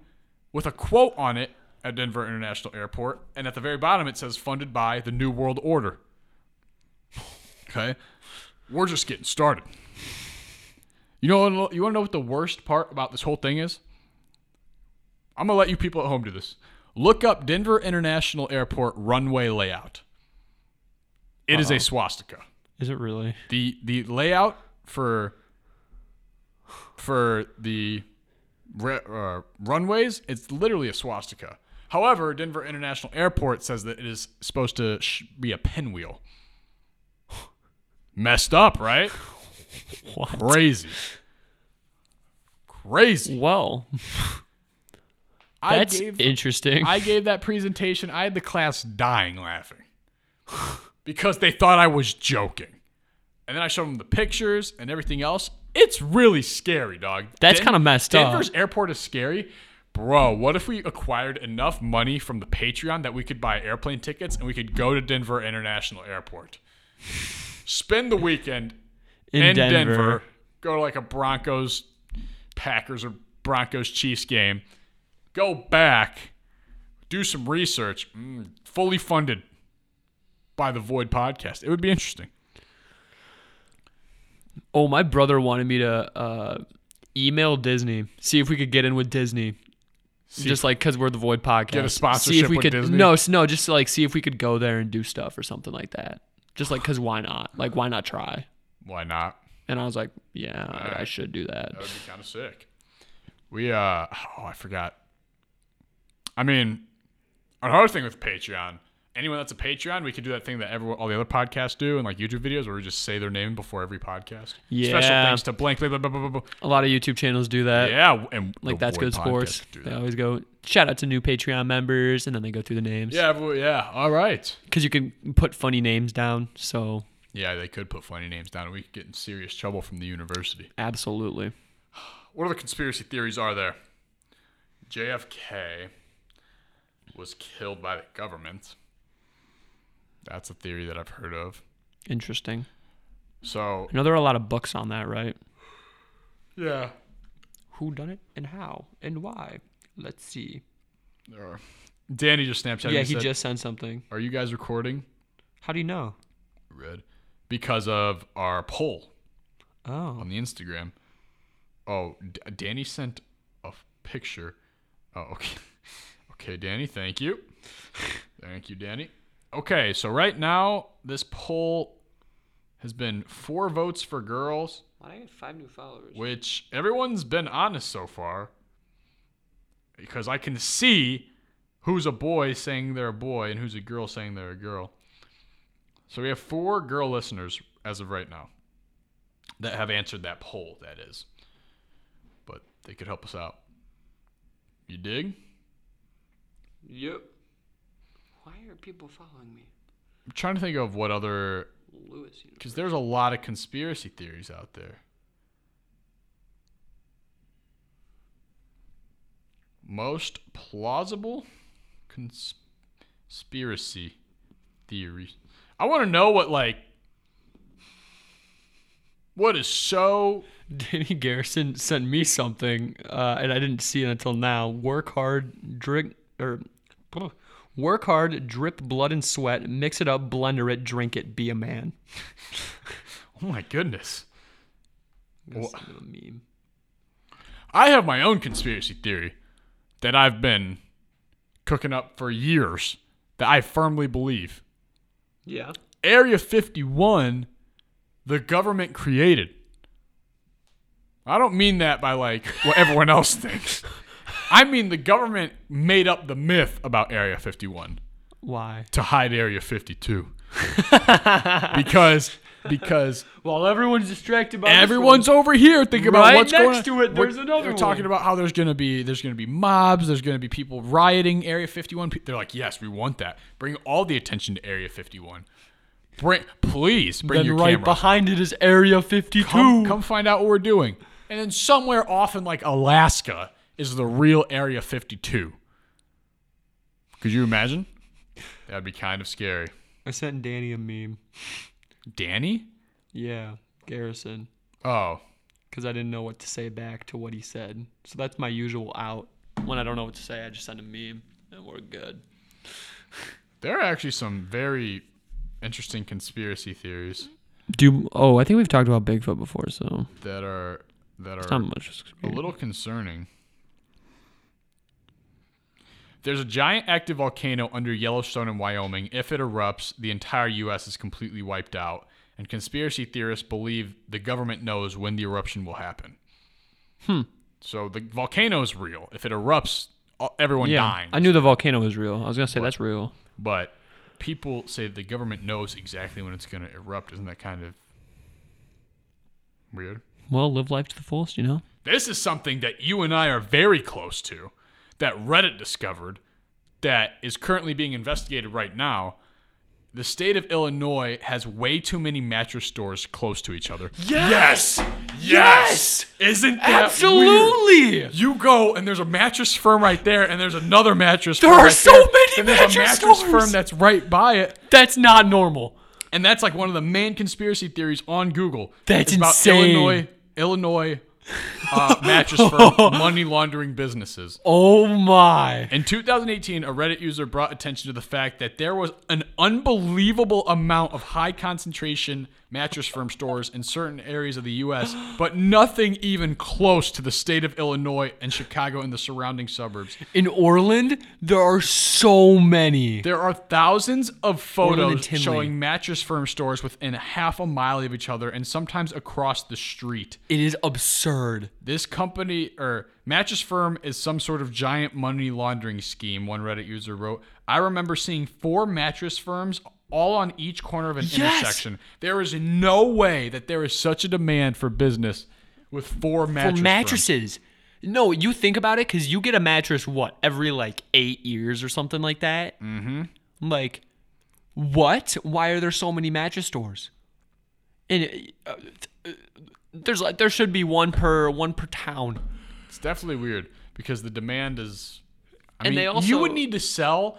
A: with a quote on it at Denver International Airport, and at the very bottom it says funded by the New World Order. Okay. We're just getting started. You know, you want to know what the worst part about this whole thing is? I'm going to let you people at home do this. Look up Denver International Airport runway layout. It is a swastika.
B: Is it really?
A: The the layout for for the re- uh, runways, it's literally a swastika. However, Denver International Airport says that it is supposed to sh- be a pinwheel. Messed up, right?
B: What?
A: Crazy. Crazy.
B: Well,
A: I
B: that's
A: gave
B: interesting.
A: I gave that presentation. I had the class dying laughing because they thought I was joking. And then I showed them the pictures and everything else. It's really scary, dog.
B: That's kinda messed up.
A: Denver's airport is scary. Bro, what if we acquired enough money from the Patreon that we could buy airplane tickets and we could go to Denver International Airport? Spend the weekend
B: in,
A: in
B: Denver.
A: Denver. go to like a Broncos, Packers or Broncos Chiefs game, go back, do some research, mm, fully funded by the Void Podcast. It would be interesting.
B: Oh, my brother wanted me to uh, email Disney, see if we could get in with Disney. just like because we're the Void Podcast.
A: Get a
B: See if
A: sponsorship
B: we
A: with
B: could
A: Disney?
B: no, s- no, just like see if we could go there and do stuff or something like that. Just like because why not? Like why not try?
A: Why not?
B: And I was like, yeah, I should do that.
A: That would be kind of sick. We uh oh I forgot. I mean, another thing with Patreon. Anyone that's a Patreon, we could do that thing that everyone, all the other podcasts do, and like YouTube videos, where we just say their name before every podcast. Special
B: Yeah.
A: thanks to blank. Blah, blah, blah, blah, blah.
B: A lot of YouTube channels do that.
A: Yeah, and
B: Like
A: the
B: that's
A: Void
B: good
A: Podcast
B: sports.
A: do
B: They
A: that.
B: always go shout out to new Patreon members, and then they go through the names.
A: Yeah, well, yeah. All right.
B: because you can put funny names down. So
A: Yeah, they could put funny names down, and we could get in serious trouble from the university.
B: Absolutely.
A: What other conspiracy theories are there? JFK was killed by the government. That's a theory that I've heard of.
B: Interesting.
A: So
B: I know there are a lot of books on that, right?
A: yeah,
B: Who done it and how and why? Let's see.
A: there are. uh, Danny just Snapchat.
B: yeah, he just sent something.
A: Are you guys recording?
B: How do you know?
A: Red. Because of our poll
B: Oh,
A: on the Instagram. Oh, D- Danny sent a f- picture. Oh, okay. Okay, Danny, thank you. Thank you, Danny. Okay, so right now, this poll has been four votes for girls,
B: I get five new followers.
A: which everyone's been honest so far. Because I can see who's a boy saying they're a boy and who's a girl saying they're a girl. So we have four girl listeners as of right now that have answered that poll, that is. But they could help us out. You dig?
B: Yep. Why are people following me,
A: I'm trying to think of what other.
B: Lewis? You
A: Because there's a lot of conspiracy theories out there. Most plausible cons- conspiracy theory. I want to know what, like, what is so
B: Danny Garrison sent me something, uh, and I didn't see it until now. Work hard, drink or work hard, drip blood and sweat, mix it up, blender it, drink it, be a man.
A: Oh my goodness.
B: That's a meme.
A: I have my own conspiracy theory that I've been cooking up for years that I firmly believe.
B: Yeah.
A: Area 51, the government created. I don't mean that by like what everyone else thinks. I mean the government made up the myth about Area 51
B: Why?
A: to hide Area 52. because because
B: Well, everyone's distracted by
A: Everyone's over here thinking about
B: Right
A: what's going
B: next
A: on.
B: to it, there's
A: We're-
B: another
A: They're talking
B: one.
A: about how there's gonna be there's gonna be mobs, there's gonna be people rioting Area 51. Pe- They're like, yes, we want that. Bring all the attention to Area 51. Bring, please bring
B: Then
A: your
B: right
A: camera.
B: behind it is Area 52.
A: come, come find out what we're doing. And then somewhere off in like Alaska is the real Area 52. Could you imagine? That'd be kind of scary.
B: I sent Danny a meme.
A: Danny?
B: Yeah, Garrison,
A: Oh,
B: because I didn't know what to say back to what he said. So that's my usual out. When I don't know what to say, I just send a meme, and we're good.
A: there are actually some very interesting conspiracy theories.
B: Do oh, I think we've talked about Bigfoot before, so
A: that are that are
B: not much.
A: a little concerning. There's a giant active volcano under Yellowstone in Wyoming. If it erupts, the entire U.S. is completely wiped out, and conspiracy theorists believe the government knows when the eruption will happen. Hmm. So the volcano is real. If it erupts, all- everyone
B: Yeah,
A: dying.
B: I knew the volcano was real. I was gonna say that's real.
A: But people say the government knows exactly when it's going to erupt. Isn't that kind of weird?
B: Well, live life to the fullest, you know.
A: This is something that you and I are very close to, that Reddit discovered, that is currently being investigated right now. The state of Illinois has way too many mattress stores close to each other. Yes! Yes! Isn't that weird? You go and there's a mattress firm right there, and there's another mattress. There firm
B: are
A: right
B: so
A: there,
B: many
A: and there's a
B: mattress
A: mattress
B: stores.
A: firm that's right by it,
B: That's not normal.
A: and that's like one of the main conspiracy theories on Google.
B: That's
A: It's about
B: insane.
A: Illinois, Illinois uh, mattress firm money laundering businesses.
B: Oh my.
A: In 2018, a Reddit user brought attention to the fact that there was an unbelievable amount of high concentration mattress firm stores in certain areas of the U.S., but nothing even close to the state of Illinois and Chicago and the surrounding suburbs.
B: In Orland, there are so many.
A: There are thousands of
B: Orland and
A: photos
B: Tinley.
A: showing mattress firm stores within half a mile of each other and sometimes across the street.
B: It is absurd.
A: This company or mattress firm is some sort of giant money laundering scheme, one Reddit user wrote. I remember seeing four mattress firms all on each corner of an intersection. There is no way that there is such a demand for business with four mattress
B: For
A: firms.
B: mattresses. No, you think about it because you get a mattress, what, every like eight years or something like that? Mm hmm. Like, what? Why are there so many mattress stores? and uh, uh, there's like there should be one per one per town.
A: It's definitely weird because the demand is. I
B: And
A: mean,
B: they
A: you
B: also-
A: would need to sell.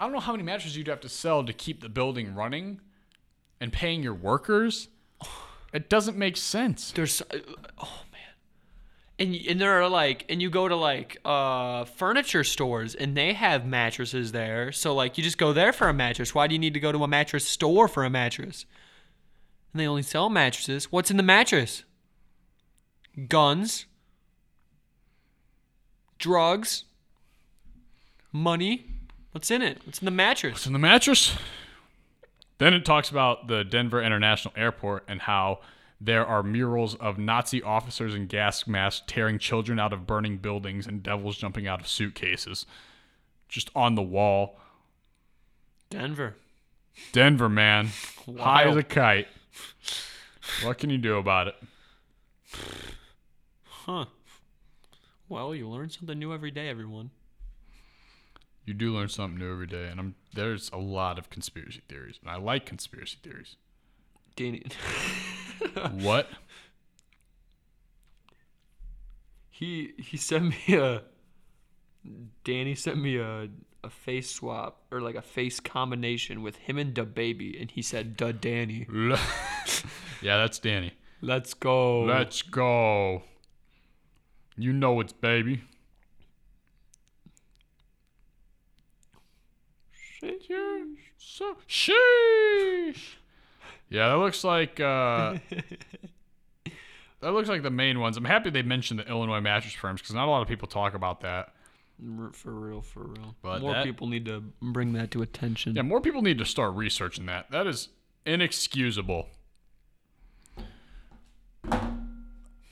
A: I don't know how many mattresses you'd have to sell to keep the building running, and paying your workers. It doesn't make sense.
B: There's uh, oh man, and y- and there are like and you go to like uh furniture stores and they have mattresses there. So like you just go there for a mattress. Why do you need to go to a mattress store for a mattress? And they only sell mattresses. What's in the mattress? Guns, drugs, money. What's in it? What's in the mattress?
A: It's in the mattress. Then it talks about the Denver International Airport and how there are murals of Nazi officers in gas masks tearing children out of burning buildings and devils jumping out of suitcases. Just on the wall.
B: Denver.
A: Denver, man. High as
B: Wild.
A: a kite. What can you do about it?
B: Huh. Well, you learn something new every day, everyone.
A: You do learn something new every day, and I'm there's a lot of conspiracy theories, and I like conspiracy theories.
B: Danny.
A: What?
B: he he sent me a Danny sent me a a face swap or like a face combination with him and da baby and he said da Danny.
A: yeah, that's Danny.
B: Let's go.
A: Let's go. You know it's baby. So sheesh. Yeah, that looks like uh, that looks like the main ones. I'm happy they mentioned the Illinois mattress firms because not a lot of people talk about that.
B: R- For real, for real.
A: But
B: More
A: that-
B: people need to bring that to attention.
A: Yeah, more people need to start researching that. That is inexcusable.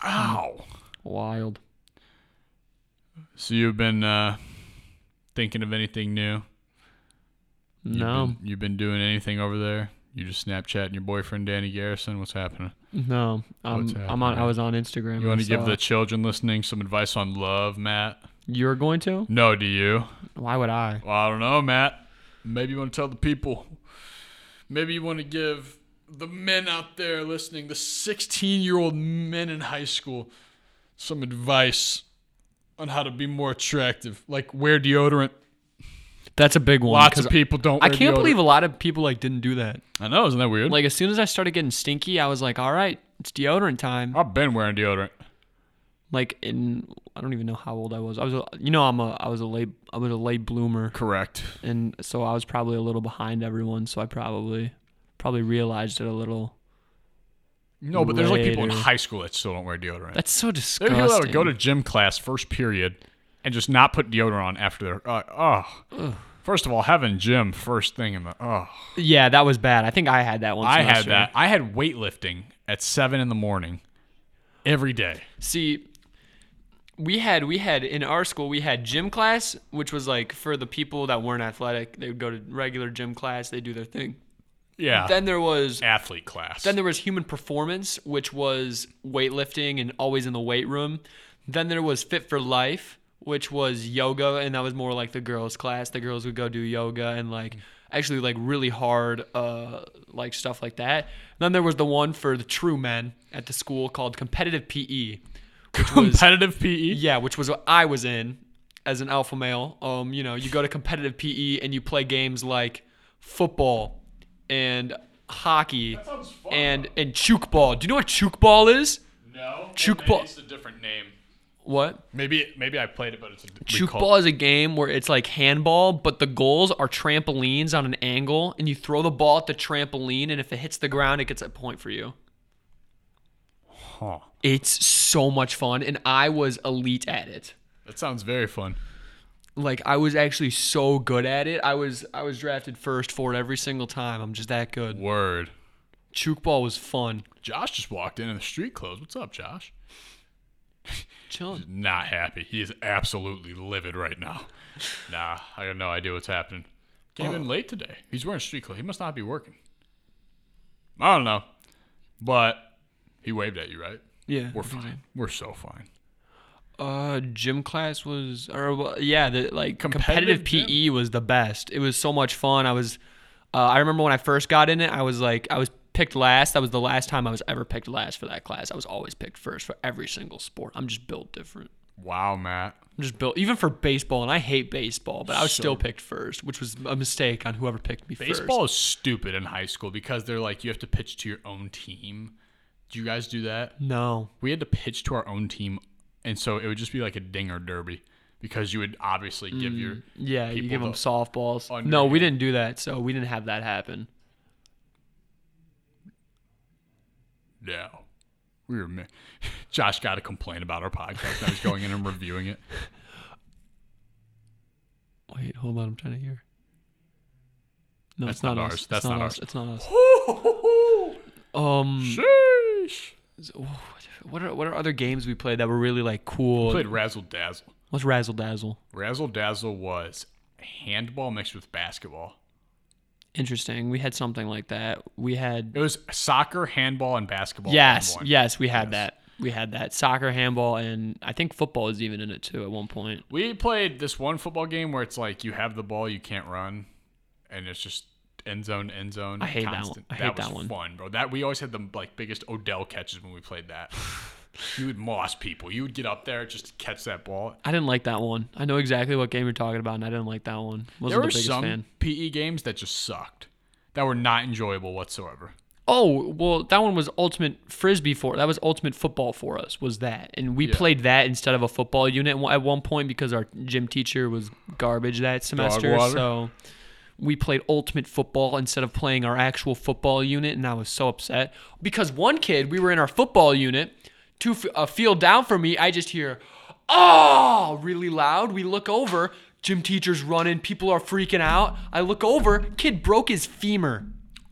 A: Ow.
B: Wild.
A: So you've been uh, thinking of anything new? You've
B: No.
A: been, you've been doing anything over there? You just Snapchatting your boyfriend Danny Garrison? What's happening?
B: No.
A: What's
B: I'm, I'm on I
A: happening?
B: was on Instagram.
A: You want
B: I
A: to give
B: saw
A: the
B: it.
A: children listening some advice on love, Matt?
B: You're going to?
A: No, do you?
B: Why would I?
A: Well, I don't know, Matt. Maybe you want to tell the people. Maybe you want to give the men out there listening, the 16 year old men in high school, some advice on how to be more attractive. Like wear deodorant.
B: That's a big one.
A: Lots
B: 'cause
A: of people don't.
B: I
A: wear
B: can't
A: deodorant.
B: believe a lot of people like didn't do that.
A: I know, isn't that weird?
B: Like as soon as I started getting stinky, I was like, "All right, it's deodorant time."
A: I've been wearing deodorant.
B: Like in I don't even know how old I was. I was a, you know I'm a I was a late I was a late bloomer,
A: Correct.
B: and so I was probably a little behind everyone. So I probably probably realized it a little.
A: No, but there's like people in
B: Later.
A: high school that still don't wear deodorant.
B: That's so
A: There
B: disgusting.
A: are people that would go to gym class first period and just not put deodorant on after their. Uh, oh. First of all, having gym first thing in the. Oh.
B: yeah, that was bad. I think I had that one.
A: I had
B: semester.
A: that. I had weightlifting at seven in the morning every day.
B: See, we had we had in our school we had gym class, which was like for the people that weren't athletic. They would go to regular gym class. They do their thing.
A: Yeah.
B: Then there was
A: athlete class.
B: Then there was human performance, which was weightlifting and always in the weight room. Then there was fit for life, which was yoga, and that was more like the girls' class. The girls would go do yoga and like actually like really hard uh like stuff like that. Then there was the one for the true men at the school called competitive PE, which was
A: competitive PE.
B: yeah, which was what I was in as an alpha male. Um, you know, you go to competitive PE and you play games like football and hockey and and chook ball. Do you know what chook ball is?
A: No.
B: Chook maybe ball-
A: It's
B: it's
A: a different name.
B: What?
A: Maybe maybe I played it, but it's a we
B: Chook
A: call-
B: ball is a game where it's like handball, but the goals are trampolines on an angle, and you throw the ball at the trampoline, and if it hits the ground, it gets a point for you.
A: Huh.
B: It's so much fun, and I was elite at it.
A: That sounds very fun.
B: like I was actually so good at it. I was I was drafted first for it every single time. I'm just that good.
A: Word.
B: Chook ball was fun.
A: Josh just walked in in the street clothes. What's up, Josh?
B: Chilling.
A: Not happy. He is absolutely livid right now. Nah, I got no idea what's happening. Came
B: Oh.
A: in late today. He's wearing street clothes. He must not be working. I don't know, but he waved at you, right?
B: Yeah.
A: We're fine. We're so fine.
B: Uh, gym class was or well, yeah, the like
A: Competitive
B: competitive, E
A: gym?
B: PE was the best. It was so much fun. I was, uh, I remember when I first got in it, I was like I was picked last. That was the last time I was ever picked last for that class. I was always picked first for every single sport. I'm just built different.
A: Wow, Matt.
B: I'm just built even for baseball, and I hate baseball, but I was still picked first, which was a mistake on whoever picked me first.
A: Baseball is stupid in high school because they're like you have to pitch to your own team. Do you guys do that?
B: No.
A: We had to pitch to our own team, and so it would just be like a dinger derby because you would obviously give your
B: Mm, Yeah, you
A: people
B: give them
A: the-
B: softballs.
A: underhand.
B: No, we didn't do that, so we didn't have that happen.
A: no. We were mi- Josh got to complain about our podcast. I was going in and reviewing it.
B: Wait, hold on, I'm trying to hear. No,
A: That's
B: it's not,
A: not
B: us.
A: ours.
B: It's
A: That's not
B: us.
A: ours.
B: It's not us. Um,
A: Sheesh.
B: so- what are what are other games we played that were really like cool?
A: Played razzle dazzle.
B: What's Razzle Dazzle?
A: Razzle dazzle was handball mixed with basketball.
B: Interesting. We had something like that. We had
A: It was soccer, handball, and basketball. in
B: yes,
A: one.
B: yes, we had that. We had that soccer, handball, and I think football is even in it too at one point.
A: We played this one football game where it's like you have the ball, you can't run, and it's just end zone, end zone.
B: I hate that one. I hate
A: was
B: that one.
A: Fun, bro. That we always had the like biggest Odell catches when we played that. you would moss people. You would get up there just to catch that ball.
B: I didn't like that one. I know exactly what game you're talking about, and I didn't like that one. Wasn't
A: there
B: the
A: were
B: biggest
A: some
B: fan.
A: PE games that just sucked, that were not enjoyable whatsoever.
B: Oh well, that one was ultimate frisbee for. That was ultimate football for us. Was that, and we played that instead of a football unit at one point because our gym teacher was garbage that semester.
A: water.
B: So we played ultimate football instead of playing our actual football unit, and I was so upset because one kid we were in our football unit, two f- a field down from me, I just hear, oh, really loud. We look over, gym teacher's running, people are freaking out. I look over, kid broke his femur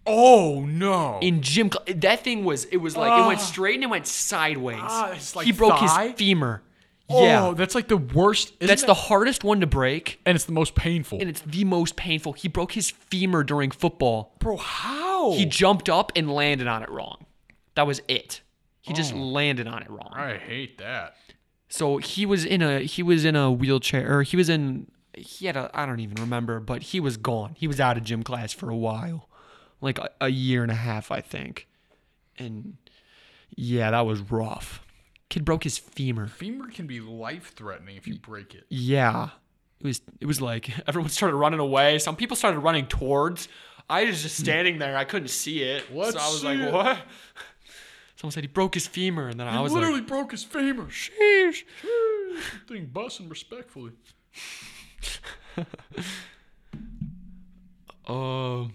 A: Oh no!
B: in gym cl- that thing was it was like it went straight and it went sideways
A: Ah, it's like
B: he broke
A: thigh?
B: his femur
A: oh,
B: yeah
A: that's like the worst. isn't
B: that's
A: it?
B: the hardest one to break
A: and it's the most painful.
B: and it's the most painful he broke his femur during football
A: bro, how?
B: he jumped up and landed on it wrong that was it he
A: Oh.
B: just landed on it wrong
A: I hate that.
B: so he was in a he was in a wheelchair or he was in he had a I don't even remember, but he was gone. He was out of gym class for a while. Like a, a year and a half, I think. And yeah, that was rough. Kid broke his femur.
A: Femur can be life threatening if you break it.
B: Yeah. It was it was like everyone started running away. Some people started running towards. I was just standing there. I couldn't see it.
A: Let's
B: so I was
A: see
B: like,
A: Hmm. it.
B: what? Someone said he broke his femur and then I was
A: literally broke his femur.
B: like, sheesh.
A: Thing busting respectfully.
B: Um,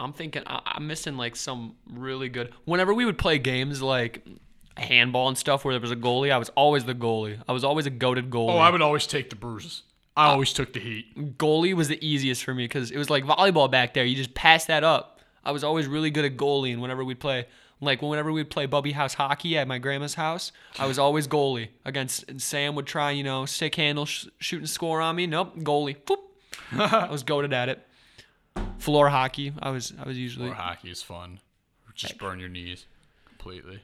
B: I'm thinking I, I'm missing like some really good. Whenever we would play games like handball and stuff, where there was a goalie, I was always the goalie. I was always a goaded goalie.
A: Oh, I would always take the bruises. I always took the heat.
B: goalie was Uh, the easiest for me because it was like volleyball back there. You just pass that up. I was always really good at goalie, and whenever we'd play, like whenever we'd play bubby house hockey at my grandma's house, I was always goalie against. And Sam would try, you know, stick handle, sh- shoot and score on me. Nope, goalie. Boop. I was goaded at it. Floor hockey. I was. I was usually.
A: Or hockey is fun. Just burn your knees completely.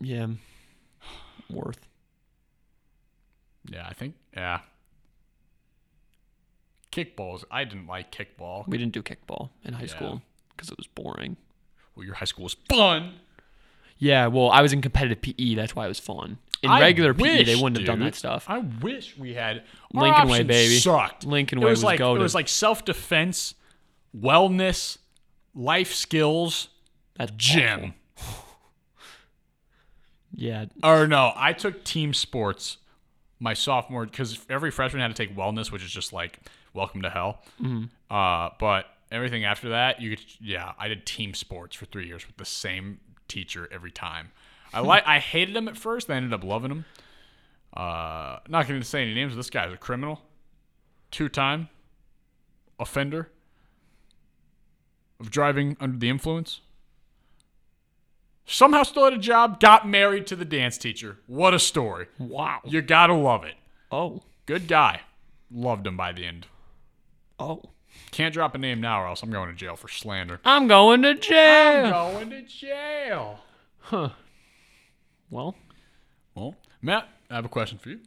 B: Yeah. Worth.
A: Yeah, I think. Yeah. Kickballs. I didn't like kickball.
B: We didn't do kickball in high school 'cause school because it was boring.
A: Well, your high school was fun.
B: Yeah, well, I was in competitive PE. That's why it was fun. In
A: I
B: regular PE, they
A: wish,
B: wouldn't have done
A: dude.
B: that stuff.
A: I wish we had our
B: Lincoln Way,
A: options
B: baby.
A: Sucked.
B: Lincoln
A: It
B: Way
A: was,
B: was
A: like
B: goated.
A: it was like self defense, wellness, life skills,
B: That's
A: gym.
B: awful. Yeah,
A: Or no, I took team sports my sophomore because every freshman had to take wellness, which is just like welcome to hell. Uh, but everything after that, you could, yeah, I did team sports for three years with the same teacher every time. I like I hated him at first, then I ended up loving him. Uh, not going to say any names. But this guy's a criminal, two time offender of driving under the influence somehow still had a job, got married to the dance teacher. What a story.
B: Wow.
A: You gotta love it.
B: Oh.
A: Good guy. Loved him by the end.
B: Oh.
A: Can't drop a name now or else I'm going to jail for slander.
B: I'm going to jail.
A: Going to jail.
B: Well,
A: Well, Matt, I have a question for you.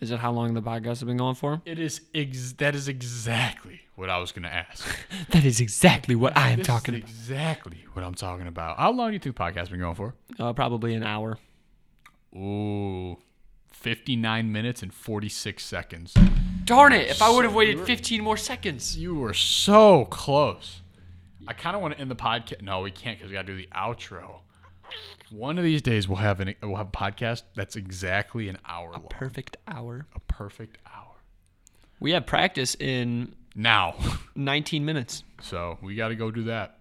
B: Is it how long the podcast has been going for?
A: It is ex- that is exactly what I was going to ask.
B: That is exactly what I am
A: This is
B: talking about.
A: exactly what I'm talking about. How long do you think the podcast been going for?
B: Uh, probably an hour.
A: Ooh, 59 minutes and 46 seconds.
B: Darn it! If I would have waited 15 more seconds.
A: You were so close. I kind of want to end the podcast. No, we can't because we got to do the outro. One of these days we'll have an we'll have a podcast that's exactly an hour long.
B: Perfect hour.
A: a perfect hour.
B: We have practice in
A: Now,
B: 19 minutes.
A: so we got to go do that.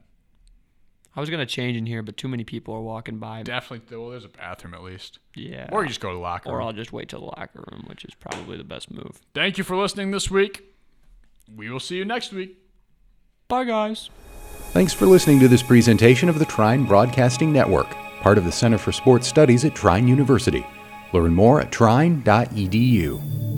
B: I was gonna change in here, but too many people are walking by.
A: Definitely. Well, there's a bathroom at least,
B: Yeah.
A: or you just go to the locker.
B: Or
A: room.
B: I'll just wait till the locker room, which is probably the best move.
A: Thank you for listening this week. We will see you next week.
B: Bye, guys.
C: Thanks for listening to this presentation of the Trine Broadcasting Network, part E of the Center for Sports Studies at Trine University. Learn more at trine.edu.